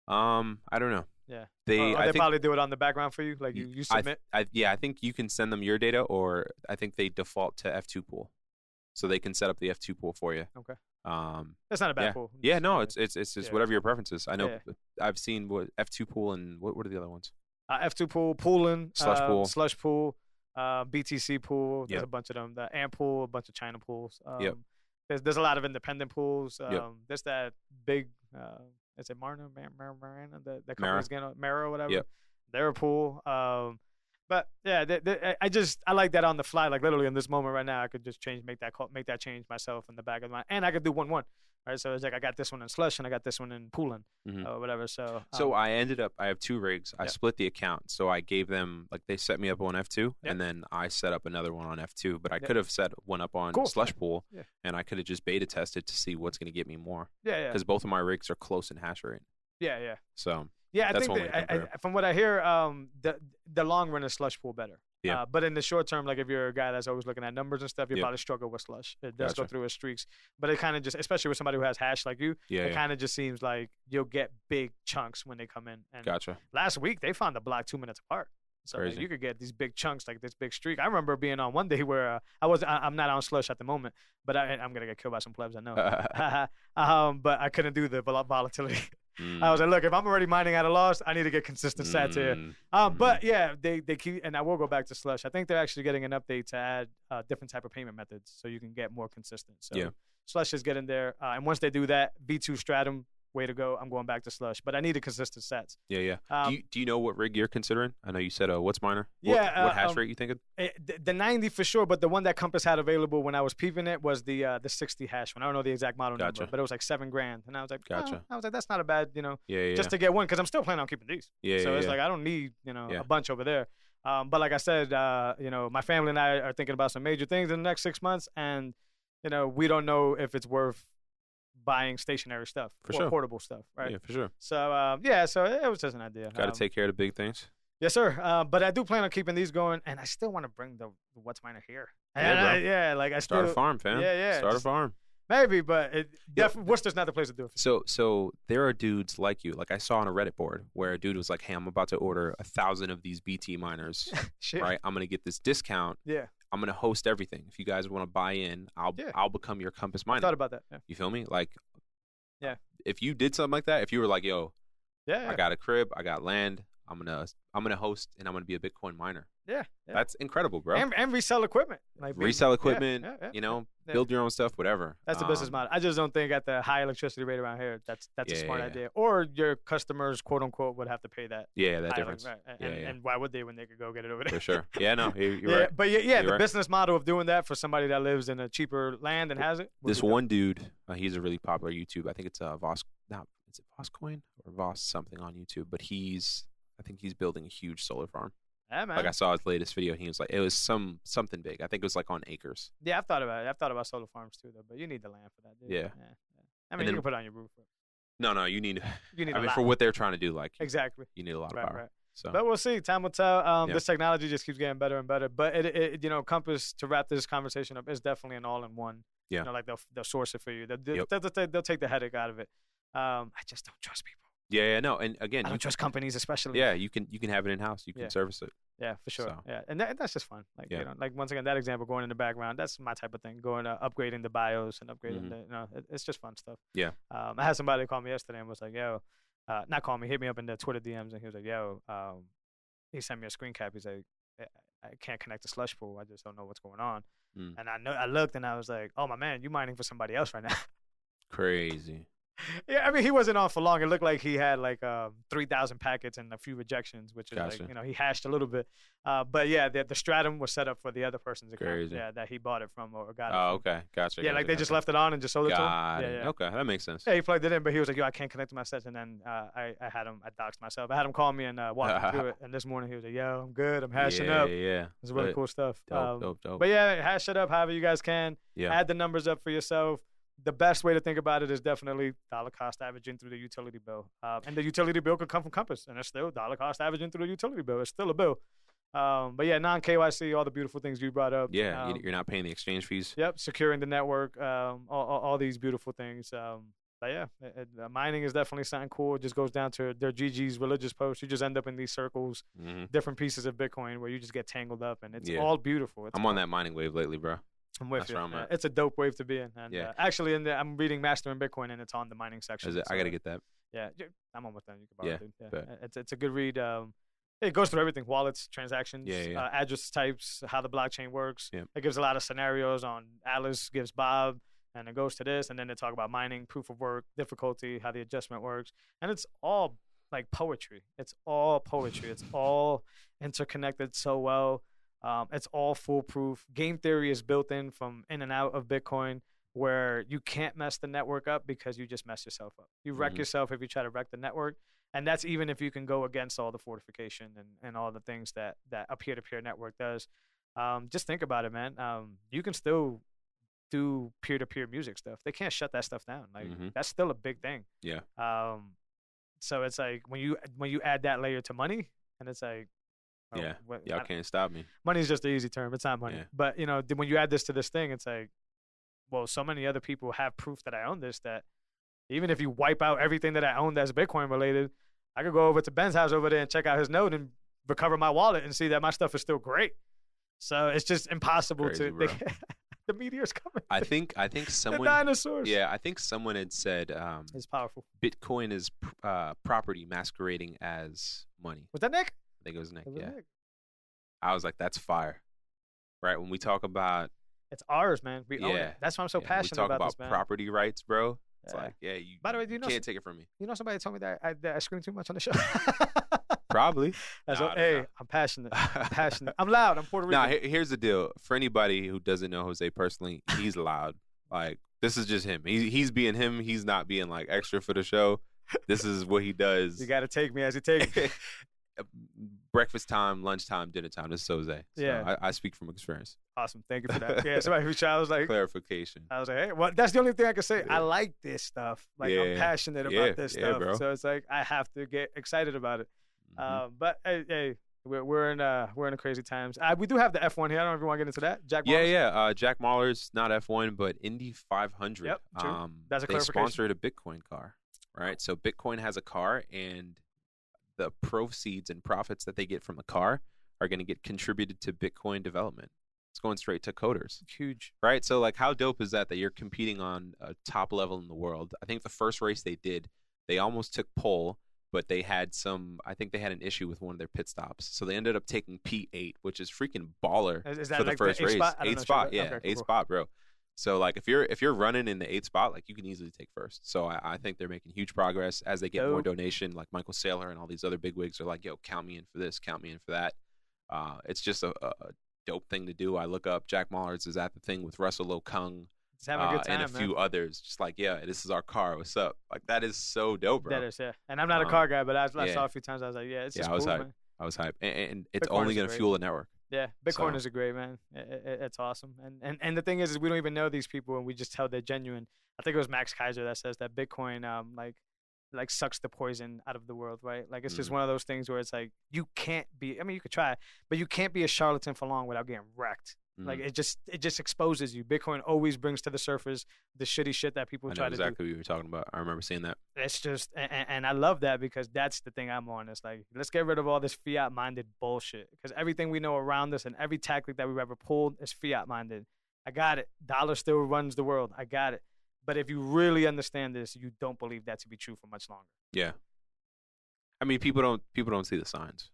Speaker 2: Um, I don't know.
Speaker 1: Yeah.
Speaker 2: They,
Speaker 1: Or- or
Speaker 2: I
Speaker 1: Uh, they
Speaker 2: think,
Speaker 1: probably do it on the background for you. Like
Speaker 2: Y-
Speaker 1: you, you
Speaker 2: I-
Speaker 1: submit.
Speaker 2: I, yeah, I think you can send them your data, or I think they default to F2 pool, so they can set up the F2 pool for you.
Speaker 1: Okay.
Speaker 2: Um.
Speaker 1: That's not a bad pool.
Speaker 2: Yeah. No. It's it's it's just
Speaker 1: Yeah.
Speaker 2: whatever your preference is. I know.
Speaker 1: Yeah.
Speaker 2: I've seen what F2 pool and what what are the other ones?
Speaker 1: uh, F two pool, pooling,
Speaker 2: Slush
Speaker 1: uh,
Speaker 2: pool.
Speaker 1: slush pool, uh, BTC pool. There's
Speaker 2: Yep.
Speaker 1: a bunch of them. The AMP pool, a bunch of China pools. Um,
Speaker 2: Yep.
Speaker 1: There's there's a lot of independent pools. Um,
Speaker 2: Yep.
Speaker 1: There's that big. Uh, is it Marna Mar- Mar- Marana? That that
Speaker 2: Mara.
Speaker 1: company's gonna Mara or whatever.
Speaker 2: Yep.
Speaker 1: They're a pool. Um, but yeah, th th- I- I just I like that on the fly. Like literally in this moment right now, I could just change, make that call, make that change myself in the back of my, and I could do one one. Right, so it's like I got this one in slush and I got this one in pooling
Speaker 2: Mhm.
Speaker 1: or whatever. So
Speaker 2: So
Speaker 1: um,
Speaker 2: I ended up. I have two rigs. I
Speaker 1: Yeah.
Speaker 2: split the account. So I gave them like they set me up on F2,
Speaker 1: Yeah.
Speaker 2: and then I set up another one on F2. But I
Speaker 1: Yeah.
Speaker 2: could have set one up on
Speaker 1: Cool.
Speaker 2: Slush Pool,
Speaker 1: Yeah.
Speaker 2: and I could have just beta tested to see what's going to get me more
Speaker 1: yeah, yeah,
Speaker 2: because both of my rigs are close in hash rate.
Speaker 1: yeah, yeah.
Speaker 2: So
Speaker 1: Yeah, I
Speaker 2: That's
Speaker 1: think
Speaker 2: one way
Speaker 1: that,
Speaker 2: to
Speaker 1: I,
Speaker 2: compare.
Speaker 1: I, from what I hear, um, the the long run is slush pool better.
Speaker 2: Yeah.
Speaker 1: Uh, but in the short term, like if you're a guy that's always looking at numbers and stuff, you
Speaker 2: Yeah.
Speaker 1: probably struggle with slush. It does go
Speaker 2: Gotcha.
Speaker 1: through its streaks, but it kind of just, especially with somebody who has hash like you,
Speaker 2: yeah,
Speaker 1: it
Speaker 2: yeah.
Speaker 1: kind of just seems like you'll get big chunks when they come in. And
Speaker 2: gotcha.
Speaker 1: last week they found the block two minutes apart. So like,
Speaker 2: Crazy.
Speaker 1: you could get these big chunks like this big streak. I remember being on one day where uh, I was I, I'm not on slush at the moment, but I, I'm gonna get killed by some plebs I
Speaker 2: (laughs)
Speaker 1: know. (laughs) um, but I couldn't do the vol- volatility.
Speaker 2: Mm.
Speaker 1: I was like, look, if I'm already mining at a loss, I need to get consistent sats here.
Speaker 2: Mm,
Speaker 1: Um,
Speaker 2: mm.
Speaker 1: but yeah, they they keep, and I will go back to slush. I think they're actually getting an update to add uh, different type of payment methods, so you can get more consistent. So
Speaker 2: Yeah.
Speaker 1: slush is getting there, uh, and once they do that, V2 stratum, way to go. I'm going back to slush, but I need a consistent sats.
Speaker 2: Yeah, yeah.
Speaker 1: Um,
Speaker 2: do you do you know what rig you're considering? I know you said uh, what's minor. What-
Speaker 1: Yeah,
Speaker 2: What,
Speaker 1: uh,
Speaker 2: hash
Speaker 1: um,
Speaker 2: rate you thinking?
Speaker 1: eh, the, the 90 for sure, but the one that Compass had available when I was peeping it was the uh, the 60 hash one. I don't know the exact model
Speaker 2: Gotcha.
Speaker 1: number, but it was like seven grand, and I was like, oh,
Speaker 2: Gotcha.
Speaker 1: I was like, that's not a bad, you know,
Speaker 2: Yeah, yeah.
Speaker 1: just to get one because I'm still planning on keeping these.
Speaker 2: yeah,
Speaker 1: so
Speaker 2: yeah,
Speaker 1: it's
Speaker 2: yeah.
Speaker 1: like I don't need you know
Speaker 2: Yeah.
Speaker 1: a bunch over there. Um, but like I said, uh, you know, my family and I are thinking about some major things in the next six months, and you know, we don't know if it's worth buying stationary stuff or
Speaker 2: For sure.
Speaker 1: portable stuff, right?
Speaker 2: Yeah, for sure.
Speaker 1: So um, yeah, so it it was just an idea.
Speaker 2: Got to
Speaker 1: Um,
Speaker 2: take care of the big things.
Speaker 1: Yes, sir. Uh, but I do plan on keeping these going, and I still want to bring the the what's minor here.
Speaker 2: Yeah,
Speaker 1: And
Speaker 2: bro.
Speaker 1: I- yeah, like I
Speaker 2: Start
Speaker 1: still
Speaker 2: a farm, fam.
Speaker 1: yeah, yeah,
Speaker 2: Start a
Speaker 1: just-
Speaker 2: farm.
Speaker 1: maybe, but it,
Speaker 2: Yeah.
Speaker 1: def- Worcester's not the place to do it. (laughs)
Speaker 2: So so there are dudes like you. Like I saw on a Reddit board where a dude was like, "Hey, I'm about to order a thousand of these BT
Speaker 1: (laughs)
Speaker 2: miners.
Speaker 1: Shit.
Speaker 2: right? I'm gonna get this discount.
Speaker 1: Yeah,
Speaker 2: I'm gonna host everything. If you guys want to buy in, I'll
Speaker 1: Yeah.
Speaker 2: I'll become your Compass
Speaker 1: I
Speaker 2: miner.
Speaker 1: thought about that. Yeah,
Speaker 2: you feel me? Like,
Speaker 1: Yeah.
Speaker 2: If you did something like that, if you were like, "Yo,
Speaker 1: yeah, yeah.
Speaker 2: I got a crib, I got land, I'm gonna I'm gonna host, and I'm gonna be a Bitcoin miner.
Speaker 1: Yeah, yeah.
Speaker 2: that's incredible, bro.
Speaker 1: And, and resell equipment. Like be-
Speaker 2: Resell
Speaker 1: yeah,
Speaker 2: equipment.
Speaker 1: yeah, yeah.
Speaker 2: you know,
Speaker 1: yeah.
Speaker 2: build your own stuff, whatever.
Speaker 1: That's the business
Speaker 2: Um,
Speaker 1: model. I just don't think at the high electricity rate around here, that's that's
Speaker 2: Yeah,
Speaker 1: a smart
Speaker 2: yeah, yeah.
Speaker 1: idea. Or your customers, quote unquote, would have to pay that.
Speaker 2: Yeah, that
Speaker 1: high elec-
Speaker 2: difference
Speaker 1: right, And,
Speaker 2: Yeah, yeah.
Speaker 1: and why would they when they could go get it over there?
Speaker 2: for
Speaker 1: (laughs)
Speaker 2: sure. Yeah, no, you- you're
Speaker 1: yeah,
Speaker 2: right.
Speaker 1: but yeah, yeah
Speaker 2: You're
Speaker 1: the
Speaker 2: right.
Speaker 1: business model of doing that for somebody that lives in a cheaper land and has it. would
Speaker 2: this
Speaker 1: be dope.
Speaker 2: one dude, uh, he's a really popular YouTube. I think it's uh, Vos. Not is it Voscoin or Vos something on YouTube? But he's, I think he's building a huge solar farm.
Speaker 1: Yeah, man.
Speaker 2: Like I saw his latest video, he was like, it was some something big. I think it was like on acres.
Speaker 1: yeah, I've thought about it. I've thought about solar farms too, though. But you need the land for that. Dude.
Speaker 2: Yeah.
Speaker 1: yeah. I mean,
Speaker 2: then-
Speaker 1: you can put it on your roof. but
Speaker 2: No, no, you need.
Speaker 1: (laughs) You need
Speaker 2: I
Speaker 1: a
Speaker 2: mean,
Speaker 1: lot.
Speaker 2: for what they're trying to do, like
Speaker 1: exactly.
Speaker 2: you need a lot of
Speaker 1: Right,
Speaker 2: power.
Speaker 1: right.
Speaker 2: So
Speaker 1: But we'll see. Time will tell. Um,
Speaker 2: Yeah.
Speaker 1: This technology just keeps getting better and better. But it, it, you know, Compass to wrap this conversation up is definitely an all-in-one.
Speaker 2: Yeah.
Speaker 1: You know, like they'll they'll source it for you. They'll, they'll,
Speaker 2: Yep.
Speaker 1: they'll, they'll- they'll take the headache out of it. Um, I just don't trust people.
Speaker 2: yeah, yeah, no, and again,
Speaker 1: I
Speaker 2: you,
Speaker 1: don't trust companies, especially.
Speaker 2: yeah, you can you can have it in house. You can
Speaker 1: Yeah.
Speaker 2: service it.
Speaker 1: Yeah, for sure.
Speaker 2: So.
Speaker 1: Yeah, and that, that's just fun. Like
Speaker 2: Yeah.
Speaker 1: you know, like once again, that example going in the background. That's my type of thing. Going to upgrading the bios and upgrading
Speaker 2: Mhm.
Speaker 1: the you know, it, it's just fun stuff.
Speaker 2: Yeah.
Speaker 1: Um, I had somebody call me yesterday and was like, "Yo," uh, not call me, hit me up in the Twitter DMs, and he was like, "Yo," um, he sent me a screen cap. He's like, "I, I can't connect the slush pool. I just don't know what's going on."
Speaker 2: Mm.
Speaker 1: And I know I looked and I was like, "Oh my man, you mining for somebody else right now."
Speaker 2: Crazy.
Speaker 1: yeah, I mean, he wasn't on for long. It looked like he had like um, 3,000 packets and a few rejections, which is
Speaker 2: Gotcha.
Speaker 1: like, you know, he hashed a little bit. Uh, but yeah, the, the stratum was set up for the other person's account.
Speaker 2: Crazy.
Speaker 1: Yeah, that he bought it from or got it
Speaker 2: Oh,
Speaker 1: from.
Speaker 2: okay, gotcha.
Speaker 1: Yeah,
Speaker 2: gotcha,
Speaker 1: like they just
Speaker 2: gotcha.
Speaker 1: left it on and just sold it
Speaker 2: Got
Speaker 1: to him.
Speaker 2: it.
Speaker 1: Yeah, yeah.
Speaker 2: Okay, that makes sense.
Speaker 1: Yeah, he plugged it in, but he was like, "Yo, I can't connect to my sets." And then uh, I, I had him, I doxed myself. I had him call me and uh, walk me
Speaker 2: (laughs)
Speaker 1: through it. And this morning he was like, "Yo, I'm good. I'm hashing
Speaker 2: yeah,
Speaker 1: up.
Speaker 2: Yeah,
Speaker 1: It's really
Speaker 2: But-
Speaker 1: cool stuff."
Speaker 2: Dope,
Speaker 1: Um,
Speaker 2: dope, dope.
Speaker 1: But yeah, hash it up however you guys can
Speaker 2: yeah.
Speaker 1: add the numbers up for yourself. The best way to think about it is definitely dollar cost averaging through the utility bill. Uh, and the utility bill could come from Compass, and it's still dollar cost averaging through the utility bill. It's still a bill. Um, but yeah, non KYC, all the beautiful things you brought up.
Speaker 2: Yeah, you-
Speaker 1: Um,
Speaker 2: you're not paying the exchange fees.
Speaker 1: Yep, securing the network, um, all, all, all these beautiful things. Um, but yeah, it, it, uh, mining is definitely something cool. It just goes down to their GG's religious posts. You just end up in these circles,
Speaker 2: hmm
Speaker 1: different pieces of Bitcoin where you just get tangled up, and it's
Speaker 2: Yeah.
Speaker 1: all beautiful. It's
Speaker 2: I'm on
Speaker 1: all-
Speaker 2: that mining wave lately, bro.
Speaker 1: I'm with
Speaker 2: That's
Speaker 1: you.
Speaker 2: where I'm
Speaker 1: Yeah,
Speaker 2: at.
Speaker 1: It's a dope wave to be in. And,
Speaker 2: Yeah.
Speaker 1: uh, actually, in the, I'm reading Mastering Bitcoin, and it's on the mining section.
Speaker 2: Is it? I
Speaker 1: so,
Speaker 2: gotta get that.
Speaker 1: Yeah, ju- I'm almost done. You can borrow
Speaker 2: Yeah,
Speaker 1: it, dude. Yeah,
Speaker 2: bet.
Speaker 1: uh, It's it's a good read. Um, it goes through everything: wallets, transactions,
Speaker 2: Yeah, yeah.
Speaker 1: Uh, address types, how the blockchain works.
Speaker 2: Yep.
Speaker 1: It gives a lot of scenarios on Alice gives Bob, and it goes to this, and then they talk about mining, proof of work, difficulty, how the adjustment works, and it's all like poetry. It's all poetry. it's all interconnected so well. Um, it's all foolproof. Game theory is built in from in and out of Bitcoin, where you can't mess the network up because you just mess yourself up. You wreck
Speaker 2: Mhm.
Speaker 1: yourself if you try to wreck the network, and that's even if you can go against all the fortification and, and all the things that that a peer to peer network does. Um, just think about it, man. Um, you can still do peer to peer music stuff. They can't shut that stuff down. Like
Speaker 2: Mhm.
Speaker 1: that's still a big thing.
Speaker 2: Yeah.
Speaker 1: Um, so it's like when you when you add that layer to money, and it's like, oh,
Speaker 2: Yeah.
Speaker 1: what-
Speaker 2: Y'all
Speaker 1: I-
Speaker 2: can't stop me.
Speaker 1: money's just the easy term. It's not money.
Speaker 2: Yeah.
Speaker 1: But you know, th- when you add this to this thing, it's like, well, so many other people have proof that I own this that even if you wipe out everything that I own that's Bitcoin related, I could go over to Ben's house over there and check out his note and recover my wallet and see that my stuff is still great. So it's just impossible
Speaker 2: Crazy,
Speaker 1: to
Speaker 2: bro.
Speaker 1: (laughs) the meteor's coming. (laughs)
Speaker 2: I think I think
Speaker 1: the
Speaker 2: someone.
Speaker 1: dinosaurs.
Speaker 2: Yeah, I think someone had said um,
Speaker 1: It's powerful.
Speaker 2: Bitcoin is pr- uh, property masquerading as money.
Speaker 1: Was that Nick?
Speaker 2: I think it was Nick.
Speaker 1: Was that
Speaker 2: Yeah,
Speaker 1: Nick?
Speaker 2: I was like, that's fire. Right when we talk about
Speaker 1: It's ours, man. We own
Speaker 2: Yeah.
Speaker 1: it. That's why I'm so
Speaker 2: yeah, when
Speaker 1: passionate
Speaker 2: we talk
Speaker 1: about,
Speaker 2: about,
Speaker 1: this, man.
Speaker 2: property rights, bro. It's
Speaker 1: Yeah.
Speaker 2: like, yeah, you.
Speaker 1: By the way, do you
Speaker 2: you
Speaker 1: know
Speaker 2: can't take it from me.
Speaker 1: you know, somebody told me that I, that I scream too much on the show. (laughs)
Speaker 2: Probably.
Speaker 1: That's
Speaker 2: Nah,
Speaker 1: what-
Speaker 2: I don't
Speaker 1: hey,
Speaker 2: know.
Speaker 1: I'm
Speaker 2: (laughs)
Speaker 1: passionate. (laughs) passionate. I'm loud. I'm Puerto Rican.
Speaker 2: Now, here's the deal. For anybody who doesn't know Jose personally, he's loud. Like this is just him. He's he's being him. He's not being like extra for the show. This is what he does. (laughs)
Speaker 1: you got to take me as you take me.
Speaker 2: Bruh, breakfast time, lunchtime, dinner time. This is Jose. So
Speaker 1: Yeah.
Speaker 2: I, I speak from experience.
Speaker 1: Awesome. Thank you for that. Yeah, somebody who tried, I was like, uh,
Speaker 2: Clarification.
Speaker 1: I was like, hey, well, that's the only thing I could say.
Speaker 2: Yeah.
Speaker 1: I like this stuff. Like, I'm
Speaker 2: Yeah.
Speaker 1: passionate about
Speaker 2: Yeah,
Speaker 1: this
Speaker 2: yeah,
Speaker 1: stuff.
Speaker 2: bro.
Speaker 1: So it's like, I have to get excited about it.
Speaker 2: Mhm.
Speaker 1: Um, but hey, hey we're, we're in uh, we're in crazy times. Uh, we do have the F1 here. I don't know if you want to get into that. Jack
Speaker 2: yeah,
Speaker 1: Morris?
Speaker 2: yeah. Uh, Jack Mahler's not F1, but Indy 500.
Speaker 1: Yep, true.
Speaker 2: Um,
Speaker 1: That's a
Speaker 2: they
Speaker 1: clarification.
Speaker 2: sponsored a Bitcoin car, right? So Bitcoin has a car, and the proceeds and profits that they get from the car are going to get contributed to Bitcoin development. It's going straight to coders,
Speaker 1: Huge.
Speaker 2: right? So, like, how dope is that that you're competing on a top level in the world? I think the first race they did, they almost took pole, but they had some, I think they had an issue with one of their pit stops. So they ended up taking P8, which is freaking baller
Speaker 1: Is, is that
Speaker 2: for the
Speaker 1: like
Speaker 2: first
Speaker 1: the eighth
Speaker 2: race.
Speaker 1: spot? I don't
Speaker 2: eighth
Speaker 1: know,
Speaker 2: spot,
Speaker 1: Jack-
Speaker 2: yeah,
Speaker 1: okay, cool,
Speaker 2: eighth
Speaker 1: cool.
Speaker 2: spot, bro. So like if you're if you're running in the eighth spot, like you can easily take first. So I, I think they're making huge progress as they get more
Speaker 1: Dope.
Speaker 2: donation. Like Michael Saylor and all these other big wigs are like, yo, count me in for this, count me in for that. Uh, it's just a, a a dope thing to do. I look up Jack Mahler's is at the thing with Russell Okung
Speaker 1: Just having a
Speaker 2: uh,
Speaker 1: good time,
Speaker 2: and a
Speaker 1: man.
Speaker 2: few others. Just like, yeah, this is our car. What's up? Like that is so dope, bro.
Speaker 1: That is, yeah. And I'm not a
Speaker 2: Um,
Speaker 1: car guy, but I, I
Speaker 2: yeah.
Speaker 1: saw a few times. I was like, yeah, it's
Speaker 2: Yeah,
Speaker 1: just
Speaker 2: I was
Speaker 1: cool,
Speaker 2: hyped.
Speaker 1: man.
Speaker 2: I was hype, and, and it's
Speaker 1: Bitcoin's
Speaker 2: only
Speaker 1: a
Speaker 2: going to
Speaker 1: great-
Speaker 2: fuel the network.
Speaker 1: Yeah, Bitcoin
Speaker 2: So-
Speaker 1: is a great man. I- I- I- it's awesome, and, and and the thing is, is we don't even know these people, and we just tell they're genuine. I think it was Max Kaiser that says that Bitcoin, um, like, like sucks the poison out of the world, right? Like it's just
Speaker 2: Mhm.
Speaker 1: one of those things where it's like you can't be. I mean, you could try, but you can't be a charlatan for long without getting wrecked. Like
Speaker 2: Mhm.
Speaker 1: it just it just exposes you. Bitcoin always brings to the surface the shitty shit that people
Speaker 2: I know
Speaker 1: try to do
Speaker 2: exactly what you were talking about. I remember seeing that.
Speaker 1: it's just and, and i love that because that's the thing i'm on it's like let's get rid of all this fiat minded bullshit because everything we know around us and every tactic that we've ever pulled is fiat minded i got it dollar still runs the world i got it but if you really understand this you don't believe that to be true for much longer
Speaker 2: Yeah. I mean, people don't people don't see the signs.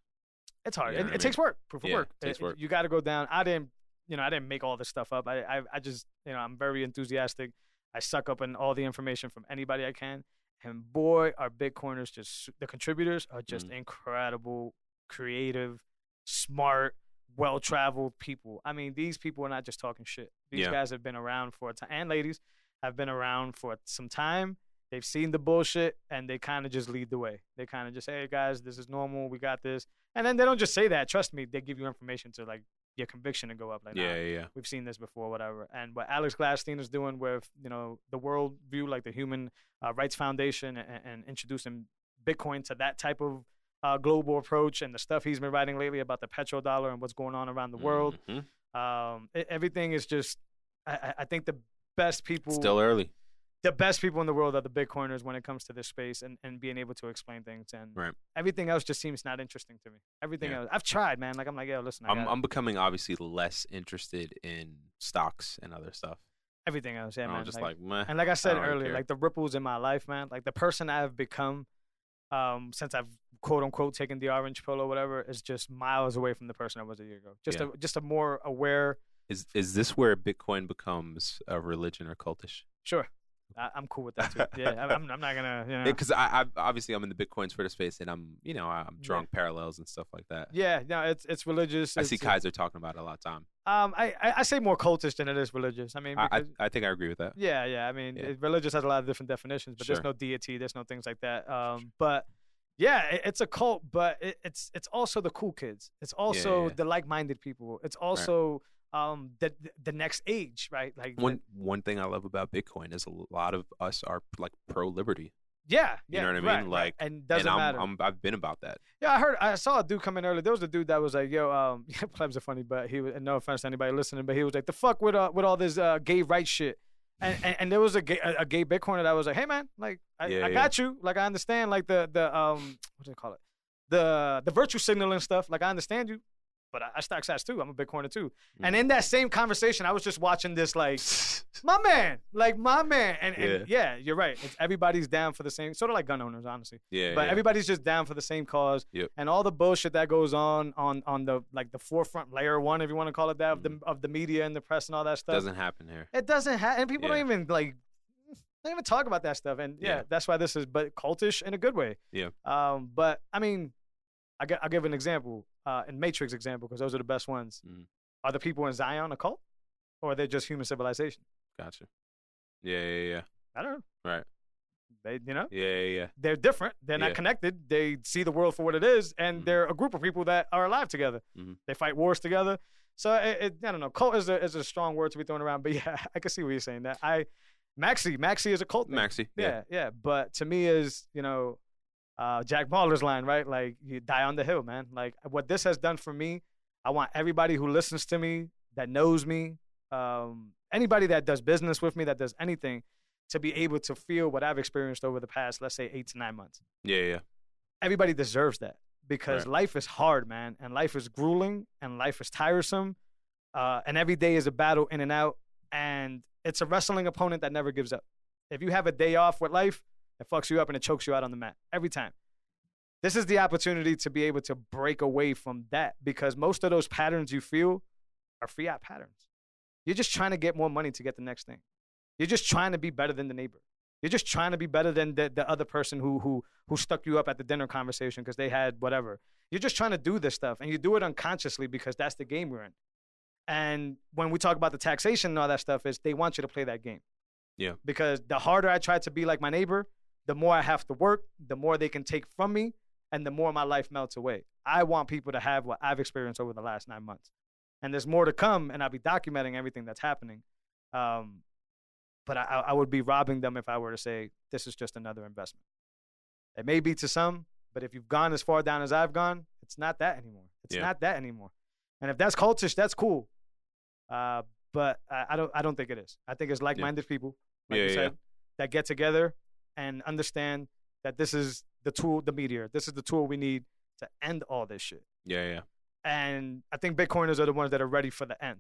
Speaker 1: it's hard
Speaker 2: Yeah,
Speaker 1: it,
Speaker 2: I
Speaker 1: it
Speaker 2: mean,
Speaker 1: takes work proof of
Speaker 2: yeah,
Speaker 1: work
Speaker 2: it takes
Speaker 1: It-
Speaker 2: work.
Speaker 1: you got to go down i didn't you know i didn't make all this stuff up I, I i just you know i'm very enthusiastic i suck up in all the information from anybody i can and boy are bitcoiners just the contributors are just
Speaker 2: Mm.
Speaker 1: incredible creative smart well traveled people i mean these people are not just talking shit these
Speaker 2: Yeah.
Speaker 1: guys have been around for a time and ladies have been around for some time they've seen the bullshit and they kind of just lead the way they kind of just say hey guys this is normal we got this and then they don't just say that. Trust me, they give you information to like your conviction to go up. Like,
Speaker 2: yeah,
Speaker 1: nah,
Speaker 2: yeah, yeah.
Speaker 1: we've seen this before, whatever. And what Alex Gladstein is doing with you know the world view, like the Human uh, Rights Foundation, and, and introducing Bitcoin to that type of uh, global approach, and the stuff he's been writing lately about the petrodollar and what's going on around the world.
Speaker 2: Mhm.
Speaker 1: Um, e- everything is just. I- I, I think the best people
Speaker 2: It's still early.
Speaker 1: the best people in the world are the Bitcoiners when it comes to this space and, and being able to explain things and
Speaker 2: Right.
Speaker 1: everything else just seems not interesting to me. Everything
Speaker 2: Yeah.
Speaker 1: else, I've tried, man. Like I'm like, yo, listen, I
Speaker 2: I'm
Speaker 1: got
Speaker 2: I'm becoming obviously less interested in stocks and other stuff.
Speaker 1: everything else, yeah,
Speaker 2: And
Speaker 1: man.
Speaker 2: I'm just like, meh.
Speaker 1: and like I said
Speaker 2: don't really
Speaker 1: earlier,
Speaker 2: care.
Speaker 1: like the ripples in my life, man. Like the person I have become, um, since I've quote unquote taken the orange pill or whatever, is just miles away from the person I was a year ago. Just
Speaker 2: Yeah.
Speaker 1: a just a more aware.
Speaker 2: is is this where Bitcoin becomes a religion or cultish?
Speaker 1: Sure, I, I'm cool with that
Speaker 2: (laughs)
Speaker 1: too. Yeah, I- I'm, I'm not gonna, you know.
Speaker 2: Because I, I obviously I'm in the Bitcoin Twitter space and I'm you know I'm
Speaker 1: Yeah.
Speaker 2: drawing parallels and stuff like that.
Speaker 1: yeah, no, it's it's religious.
Speaker 2: I see
Speaker 1: it's-
Speaker 2: Kaiser talking about it a lot of time.
Speaker 1: Um, I, I I say more cultish than it is religious. I mean,
Speaker 2: I,
Speaker 1: because-
Speaker 2: I I think I agree with that.
Speaker 1: Yeah, yeah. I mean,
Speaker 2: Yeah.
Speaker 1: it- religious has a lot of different definitions, but
Speaker 2: Sure.
Speaker 1: there's no deity, there's no things like that. Um, but yeah, it, it's a cult, but it, it's it's also the cool kids. It's also
Speaker 2: yeah.
Speaker 1: the like-minded people. It's also um the the next age, right? Like the-
Speaker 2: One one thing I love about Bitcoin is a lot of us are like pro liberty,
Speaker 1: yeah, yeah,
Speaker 2: know what I mean?
Speaker 1: right, right.
Speaker 2: Like,
Speaker 1: and doesn't
Speaker 2: and I'm,
Speaker 1: matter.
Speaker 2: I'm I've been about that.
Speaker 1: Yeah, I heard. I saw a dude come in earlier. There was a dude that was like, "Yo, um, (laughs) plebs are funny," but he was. and No offense to anybody listening, but he was like, "The fuck with uh, with all this uh, gay rights shit." And, and and there was a gay a, a gay Bitcoiner that was like, "Hey man, like I,
Speaker 2: Yeah,
Speaker 1: I
Speaker 2: yeah.
Speaker 1: got you. Like I understand. Like the the um what do they call it? The the virtue signaling stuff. Like I understand you, but I, I stock size too. I'm a Bitcoiner too. And
Speaker 2: Mm.
Speaker 1: in that same conversation, I was just watching this like
Speaker 2: (laughs)
Speaker 1: my man, like my man, and, and yeah, you're right. It's, everybody's down for the same. Sort of like gun owners, honestly
Speaker 2: yeah,
Speaker 1: but
Speaker 2: yeah.
Speaker 1: everybody's just down for the same cause
Speaker 2: Yep.
Speaker 1: and all the bullshit that goes on on on the like the forefront layer one if you want to call it that of the of the media and the press and all that stuff
Speaker 2: Mm-hmm. doesn't happen here.
Speaker 1: it doesn't happen and people
Speaker 2: Yeah.
Speaker 1: don't even like they don't even talk about that stuff and yeah,
Speaker 2: Yeah.
Speaker 1: that's why this is but cultish in a good way
Speaker 2: Yeah.
Speaker 1: um but i mean i g- i'll give an example uh in matrix example because those are the best ones
Speaker 2: Mhm.
Speaker 1: are the people in zion a cult or are they just human civilization
Speaker 2: Gotcha. Yeah, yeah, yeah.
Speaker 1: i don't know
Speaker 2: Right.
Speaker 1: they It- You know,
Speaker 2: Yeah, yeah, yeah.
Speaker 1: they're different. They're not
Speaker 2: Yeah.
Speaker 1: connected. They see the world for what it is, and
Speaker 2: Mhm.
Speaker 1: they're a group of people that are alive together.
Speaker 2: Mhm.
Speaker 1: They fight wars together. So it, it, I don't know. Cult is a is a strong word to be thrown around, but (laughs) yeah, I can see what you're saying. That I, Maxi, Maxi is a cult. thing.
Speaker 2: Maxi.
Speaker 1: Yeah, yeah. But to me, is you know, uh, Jack Baller's line, right? Like you die on the hill, man. Like what this has done for me, I want everybody who listens to me, that knows me, um, anybody that does business with me, that does anything, to be able to feel what I've experienced over the past, let's say, eight to nine months.
Speaker 2: Yeah, yeah. yeah.
Speaker 1: Everybody deserves that because
Speaker 2: Right.
Speaker 1: life is hard, man, and life is grueling, and life is tiresome, uh, and every day is a battle in and out, and it's a wrestling opponent that never gives up. If you have a day off with life, it fucks you up and it chokes you out on the mat every time. This is the opportunity to be able to break away from that because most of those patterns you feel are fiat patterns. You're just trying to get more money to get the next thing. You're just trying to be better than the neighbor. You're just trying to be better than the, the other person who, who, who stuck you up at the dinner conversation because they had whatever. You're just trying to do this stuff and you do it unconsciously because that's the game we're in. And when we talk about the taxation and all that stuff, is they want you to play that game.
Speaker 2: Yeah.
Speaker 1: Because the harder I try to be like my neighbor, the more I have to work, the more they can take from me, and the more my life melts away. I want people to have what I've experienced over the last nine months. And there's more to come, and I'll be documenting everything that's happening. Um, but I, I- I would be robbing them if I were to say this is just another investment. It may be to some, but if you've gone as far down as I've gone, it's not that anymore. It's
Speaker 2: Yeah.
Speaker 1: not that anymore. And if that's cultish, that's cool. Uh, but I, I don't. I don't think it is. I think it's like-minded people, like
Speaker 2: Yeah,
Speaker 1: you
Speaker 2: yeah,
Speaker 1: said,
Speaker 2: yeah.
Speaker 1: that get together and understand that this is the tool, the meteor. This is the tool we need to end all this shit.
Speaker 2: Yeah, yeah.
Speaker 1: And I think Bitcoiners are the ones that are ready for the end.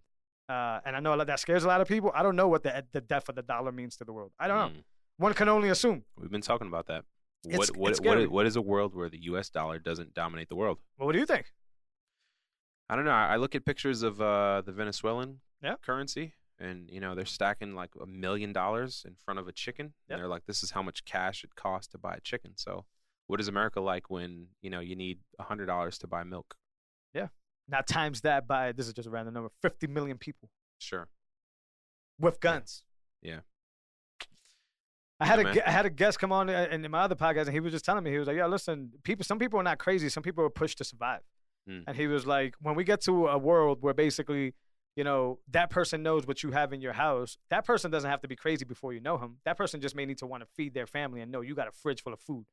Speaker 1: Uh, and I know a lot- that scares a lot of people. I don't know what the the death of the dollar means to the world. I don't know.
Speaker 2: Mm.
Speaker 1: One can only assume.
Speaker 2: We've been talking about that.
Speaker 1: It's-
Speaker 2: What what
Speaker 1: it's
Speaker 2: what
Speaker 1: scary.
Speaker 2: is, what is a world where the US dollar doesn't dominate the world?
Speaker 1: Well, what do you think?
Speaker 2: I don't know. I I look at pictures of uh, the Venezuelan
Speaker 1: Yeah.
Speaker 2: currency, and you know they're stacking like a million dollars in front of a chicken,
Speaker 1: Yep.
Speaker 2: and they're like, "This is how much cash it costs to buy a chicken." So, what is America like when you know you need a hundred dollars to buy milk?
Speaker 1: Now times that by this is just a random number. Fifty million people
Speaker 2: Sure,
Speaker 1: with guns.
Speaker 2: Yeah.
Speaker 1: I had
Speaker 2: Yeah,
Speaker 1: a
Speaker 2: man.
Speaker 1: gue- I had a guest come on uh, in in my other podcast, and he was just telling me he was like, "Yeah, listen, people. Some people are not crazy. Some people are pushed to survive."
Speaker 2: Mm.
Speaker 1: And he was like, "When we get to a world where basically, you know, that person knows what you have in your house. That person doesn't have to be crazy before you know him. That person just may need to want to feed their family and know you got a fridge full of food.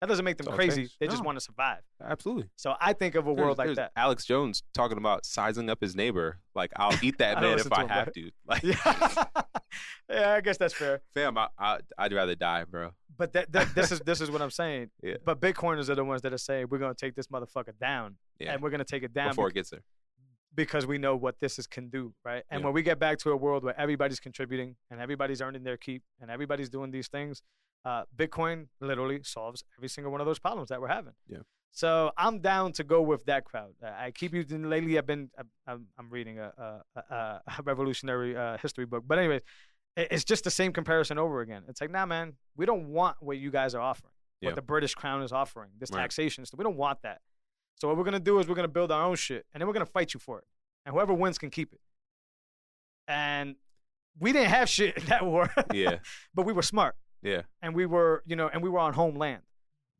Speaker 1: That doesn't make them
Speaker 2: That's all it
Speaker 1: crazy.
Speaker 2: takes.
Speaker 1: They just
Speaker 2: No.
Speaker 1: want to survive.
Speaker 2: absolutely.
Speaker 1: So I think of a world like that. (laughs)
Speaker 2: Alex Jones talking about sizing up his neighbor. Like, I'll eat that
Speaker 1: (laughs) I don't
Speaker 2: man
Speaker 1: listen
Speaker 2: if
Speaker 1: to
Speaker 2: I
Speaker 1: him,
Speaker 2: have
Speaker 1: but-
Speaker 2: to. (laughs) Like,
Speaker 1: Yeah, yeah, I guess that's fair.
Speaker 2: fam, I, I, I'd rather die, bro.
Speaker 1: But that, that this is this is what I'm saying.
Speaker 2: (laughs) Yeah.
Speaker 1: But Bitcoiners are the ones that are saying we're gonna take this motherfucker down,
Speaker 2: Yeah,
Speaker 1: and we're gonna take it down
Speaker 2: before
Speaker 1: bec-
Speaker 2: it gets there.
Speaker 1: because we know what this is can do, right? And
Speaker 2: Yeah.
Speaker 1: when we get back to a world where everybody's contributing and everybody's earning their keep and everybody's doing these things, uh, Bitcoin literally solves every single one of those problems that we're having.
Speaker 2: Yeah.
Speaker 1: So I'm down to go with that crowd. I I keep using lately. I've been I'm- I'm, I'm reading a, a, a, a revolutionary uh, history book, but anyways, it- it's just the same comparison over again. It's like, nah, man, we don't want what you guys are offering,
Speaker 2: Yeah.
Speaker 1: what the British crown is offering, this
Speaker 2: Right.
Speaker 1: taxation stuff. We don't want that. So what we're gonna do is we're gonna build our own shit, and then we're gonna fight you for it, and whoever wins can keep it. And we didn't have shit in that (laughs) war,
Speaker 2: Yeah,
Speaker 1: but we were smart
Speaker 2: yeah,
Speaker 1: and we were, you know, and we were on homeland.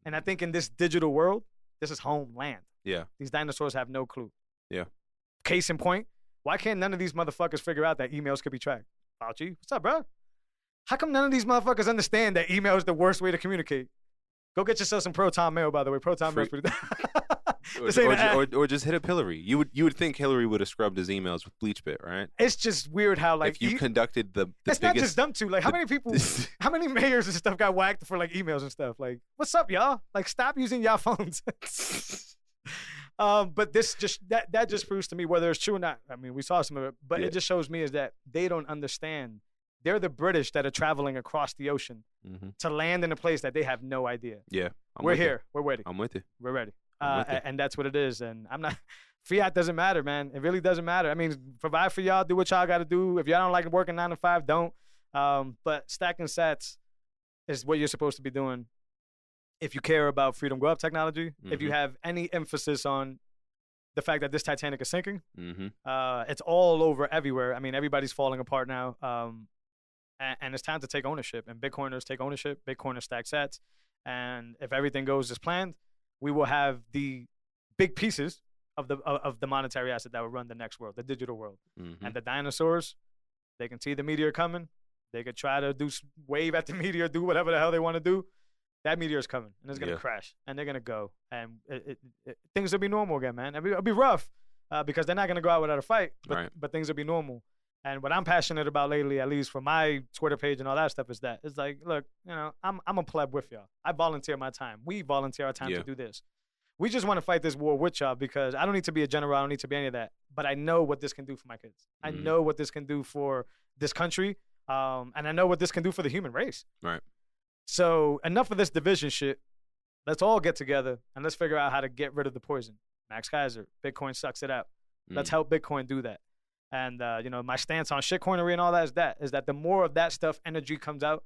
Speaker 1: And I think in this digital world, this is homeland.
Speaker 2: Yeah.
Speaker 1: These dinosaurs have no clue.
Speaker 2: Yeah.
Speaker 1: Case in point, why can't none of these motherfuckers figure out that emails could be tracked? Fauci, what's up, bro? How come none of these motherfuckers understand that email is the worst way to communicate? Go get yourself some Proton Mail, by the way. Proton Mail's pretty. (laughs)
Speaker 2: or,
Speaker 1: This ain't
Speaker 2: or,
Speaker 1: an ad.
Speaker 2: or, or just hit a pillory. You would you would think Hillary would have scrubbed his emails with bleach bit, right?
Speaker 1: it's just weird how like
Speaker 2: if you
Speaker 1: e-
Speaker 2: conducted the, the
Speaker 1: it's not just
Speaker 2: biggest
Speaker 1: them two. Like how
Speaker 2: the-
Speaker 1: many
Speaker 2: (laughs)
Speaker 1: people how many mayors and stuff got whacked for like emails and stuff? Like, what's up, y'all? Like, stop using y'all (laughs) phones.
Speaker 2: (laughs)
Speaker 1: um, but this just that that just proves to me whether it's true or not. I mean, we saw some of it, but
Speaker 2: Yeah.
Speaker 1: it just shows me is that they don't understand. They're the British that are traveling across the ocean
Speaker 2: Mhm.
Speaker 1: to land in a place that they have no idea.
Speaker 2: Yeah, I'm
Speaker 1: We're
Speaker 2: with you.
Speaker 1: here. We're waiting.
Speaker 2: I'm with you.
Speaker 1: We're ready.
Speaker 2: I'm
Speaker 1: Uh,
Speaker 2: with you.
Speaker 1: a- and that's what it is. And I'm not. (laughs) Fiat doesn't matter, man. It really doesn't matter. I mean, provide for y'all. Do what y'all got to do. If y'all don't like working nine to five, don't. Um, but stacking sats is what you're supposed to be doing. If you care about freedom, go up technology. If you
Speaker 2: Mhm.
Speaker 1: have any emphasis on the fact that this Titanic is sinking,
Speaker 2: Mm-hmm.
Speaker 1: uh, it's all over everywhere. I mean, everybody's falling apart now. Um, and, and it's time to take ownership. And Bitcoiners take ownership. Bitcoiners stack sats, and if everything goes as planned, we will have the big pieces of the of, of the monetary asset that will run the next world, the digital world.
Speaker 2: Mhm.
Speaker 1: And the dinosaurs, they can see the meteor coming. They could try to do s- wave at the (laughs) meteor, do whatever the hell they want to do. That meteor's coming, and it's gonna
Speaker 2: Yeah.
Speaker 1: crash, and they're gonna go, and it, it, it, things will be normal again, man. It'll be, it'll be rough uh, because they're not gonna go out without a fight, but,
Speaker 2: Right.
Speaker 1: but things will be normal. And what I'm passionate about lately, at least for my Twitter page and all that stuff, is that it's like, look, you know, I'm I'm a pleb with y'all. I volunteer my time. We volunteer our time
Speaker 2: Yeah.
Speaker 1: to do this. We just want to fight this war with y'all because I don't need to be a general. I don't need to be any of that. But I know what this can do for my kids. I
Speaker 2: Mhm.
Speaker 1: know what this can do for this country. Um, and I know what this can do for the human race.
Speaker 2: Right.
Speaker 1: So enough of this division shit. Let's all get together and let's figure out how to get rid of the poison. Max Kaiser, Bitcoin sucks it up. Let's
Speaker 2: Mm.
Speaker 1: help Bitcoin do that. And uh, you know, my stance on shitcoinery and all that is that is that the more of that stuff energy comes out,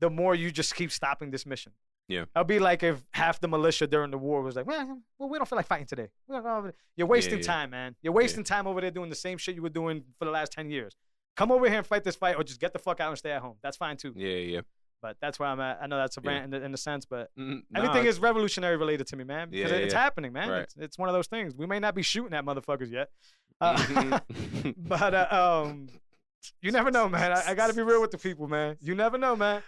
Speaker 1: the more you just keep stopping this mission.
Speaker 2: Yeah.
Speaker 1: It'll be like if half the militia during the war was like, well, well we don't feel like fighting today. We don't know. You're wasting
Speaker 2: yeah.
Speaker 1: time, man. You're wasting time over there doing the same shit you were doing for the last 10 years. Come over here and fight this fight or just get the fuck out and stay at home. That's fine too.
Speaker 2: Yeah, yeah.
Speaker 1: But that's where I'm at. I know that's a
Speaker 2: Mm. Yeah.
Speaker 1: rant in, the, in a sense, but
Speaker 2: Mm, nah,
Speaker 1: everything is revolutionary related to me, man. Because
Speaker 2: Yeah,
Speaker 1: it- it's
Speaker 2: yeah.
Speaker 1: happening, man.
Speaker 2: Right.
Speaker 1: It's, it's one of those things. We may not be shooting at motherfuckers yet.
Speaker 2: Mm-hmm.
Speaker 1: Uh, (laughs) But uh, um, you never know, man. I, I got to be real with the people, man. You never know, man.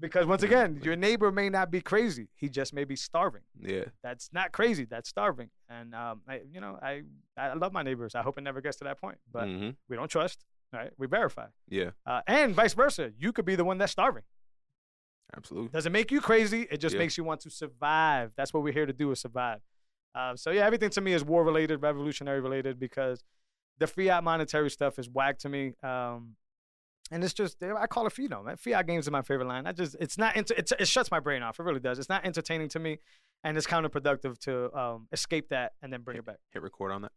Speaker 1: Because once again,
Speaker 2: Mm-hmm.
Speaker 1: your neighbor may not be crazy. He just may be starving.
Speaker 2: (laughs) yeah.
Speaker 1: That's not crazy. That's starving. And um, I, you know, I I love my neighbors. I hope it never gets to that point. But
Speaker 2: hmm
Speaker 1: we don't trust. Right? We verify.
Speaker 2: Yeah.
Speaker 1: Uh, and vice versa. You could be the one that's starving.
Speaker 2: Absolutely.
Speaker 1: Doesn't make you crazy. It just
Speaker 2: Yeah.
Speaker 1: makes you want to survive. That's what we're here to do is survive. Uh, so yeah, everything to me is war related, revolutionary related, because the fiat monetary stuff is whack to me. Um, and it's just I call it Fido, man. Fiat games is my favorite line. I just it's not enter- it's, it shuts my brain off. It really does. It's not entertaining to me, and it's counterproductive to um, escape that and then bring it back.
Speaker 2: Hit record on that.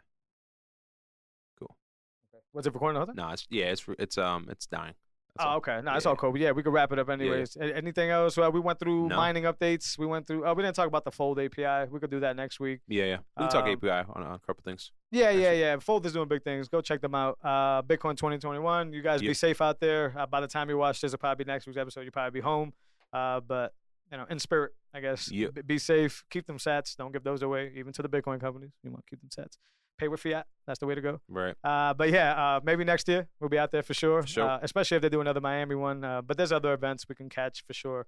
Speaker 1: Was it recording the whole time?
Speaker 2: No, it's yeah, it's it's um, it's dying. That's
Speaker 1: oh,
Speaker 2: all.
Speaker 1: okay. No, it's
Speaker 2: Yeah.
Speaker 1: all cool. But yeah, we could wrap it up anyways. A- Anything else? Well, we went through
Speaker 2: No.
Speaker 1: mining updates. We went through. Oh, we didn't talk about the Fold API. We could do that next week.
Speaker 2: Yeah, yeah. We can talk
Speaker 1: Um,
Speaker 2: API on, on a couple things.
Speaker 1: Yeah,
Speaker 2: That's
Speaker 1: yeah,
Speaker 2: it.
Speaker 1: yeah. Fold is doing big things. Go check them out. Uh, Bitcoin 2021. You guys be
Speaker 2: Yep.
Speaker 1: safe out there. Uh, by the time you watch this, it'll probably be next week's episode. You'll probably be home. Uh, but, you know, in spirit, I guess.
Speaker 2: Yep.
Speaker 1: B- be safe. Keep them sats. Don't give those away, even to the Bitcoin companies. You want to keep them sats. Pay with fiat. That's the way to go.
Speaker 2: Right.
Speaker 1: Uh, but yeah, uh, maybe next year we'll be out there for sure.
Speaker 2: Sure.
Speaker 1: Uh, especially if they do another Miami one. Uh, but there's other events we can catch for sure.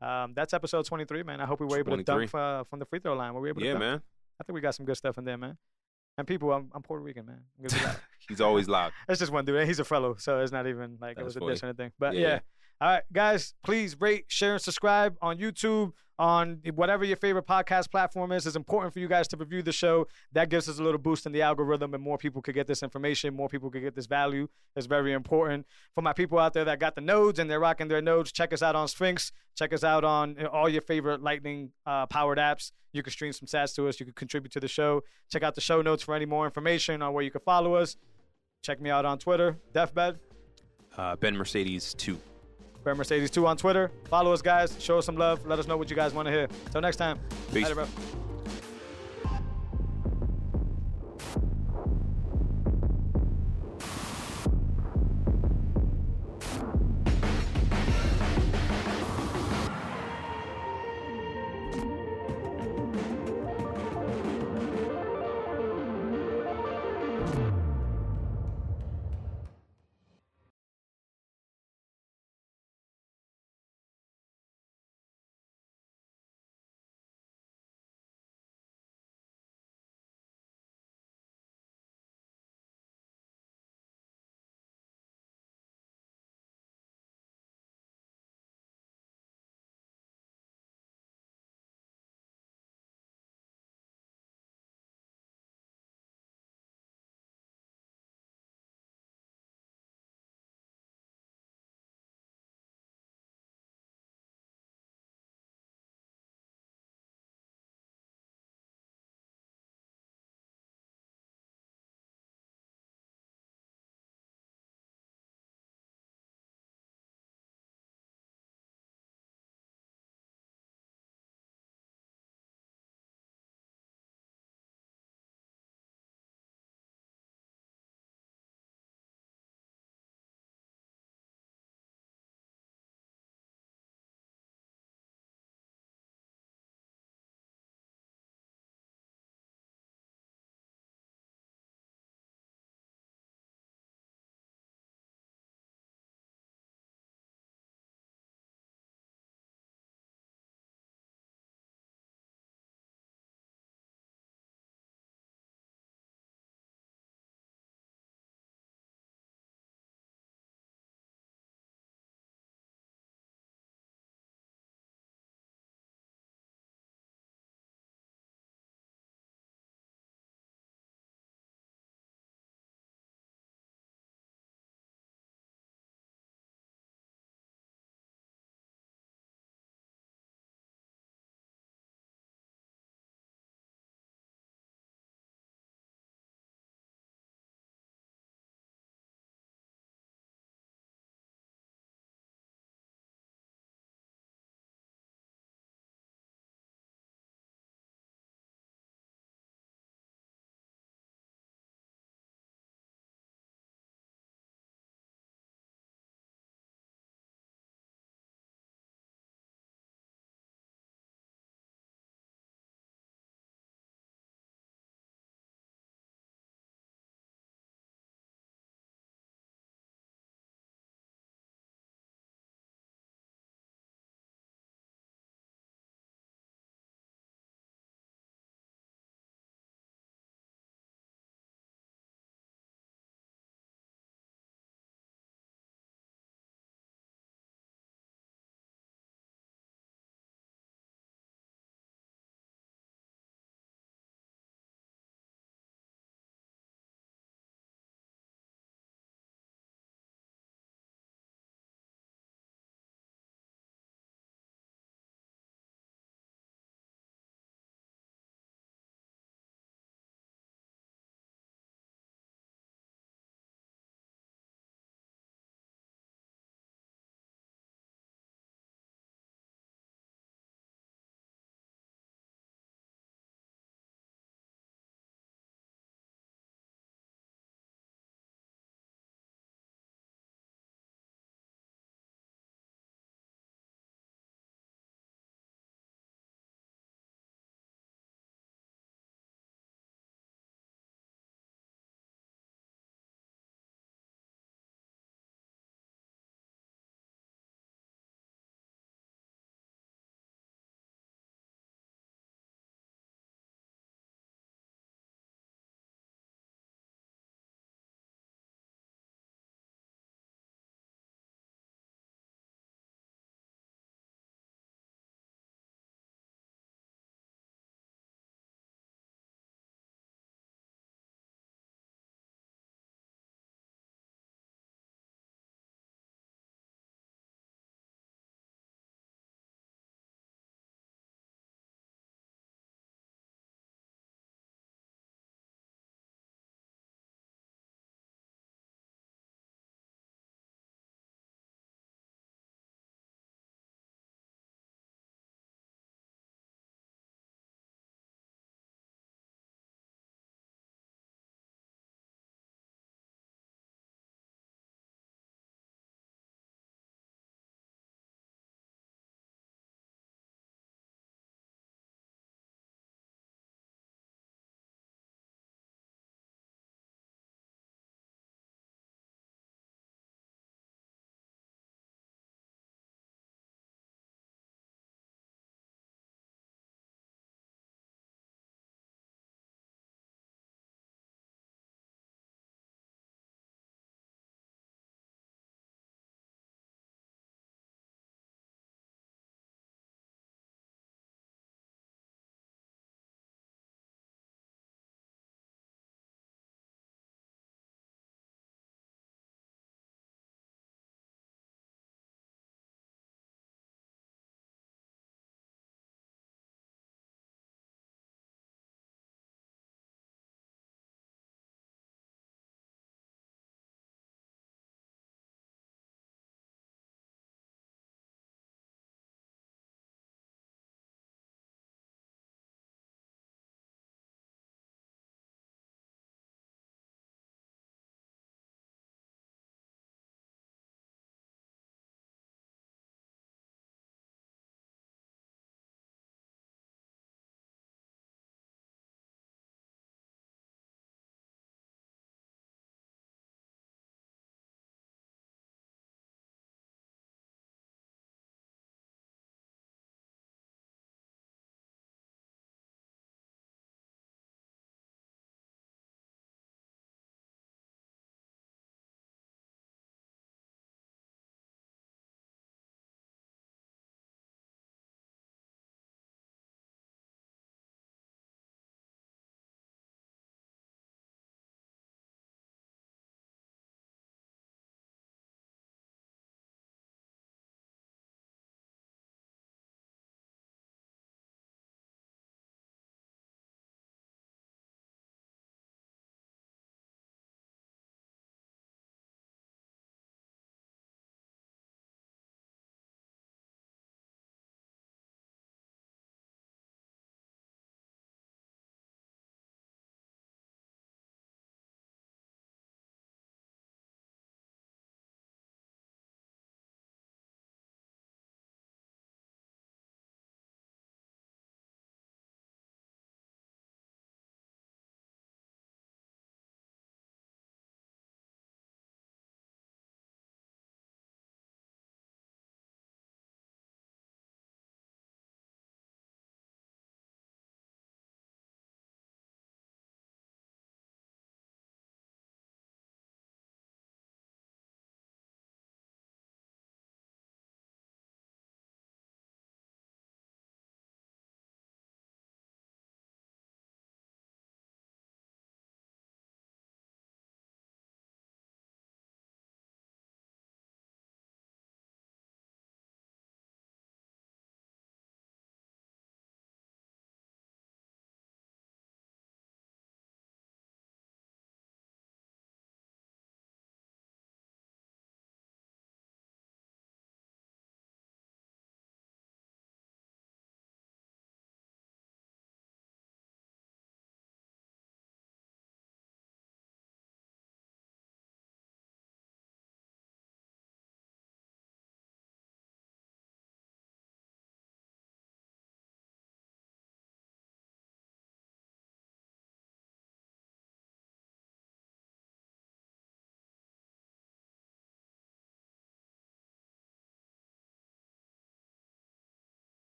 Speaker 1: Um, that's episode 23, man. I hope we were able to
Speaker 2: 23.
Speaker 1: dunk uh, from the free throw line. Were we able to
Speaker 2: Yeah,
Speaker 1: dunk? (laughs)
Speaker 2: man.
Speaker 1: I think we got some good stuff in there, man. And people, I'm, I'm Puerto Rican, man. I'm gonna be loud.
Speaker 2: He's always loud.
Speaker 1: it's just one dude. and He's a fellow, so it's not even like it
Speaker 2: That's
Speaker 1: was a
Speaker 2: funny.
Speaker 1: diss or anything. But
Speaker 2: Yeah,
Speaker 1: yeah.
Speaker 2: yeah.
Speaker 1: All right, guys, please rate, share, and subscribe on YouTube, on whatever your favorite podcast platform is. It's important for you guys to review the show. That gives us a little boost in the algorithm, and more people could get this information. More people could get this value. It's very important for my people out there that got the nodes and they're rocking their nodes, check us out on Sphinx. Check us out on you know, all your favorite Lightning uh, powered apps. You can stream some sats to us. You can contribute to the show. Check out the show notes for any more information on where you can follow us. Check me out on Twitter, Deathbed,
Speaker 2: Uh, ben Mercedes too.
Speaker 1: Ben Mercedes 2 on Twitter. Follow us, guys. Show us some love. Let us know what you guys want to hear. Till next time.
Speaker 2: Peace.
Speaker 1: Later, bro.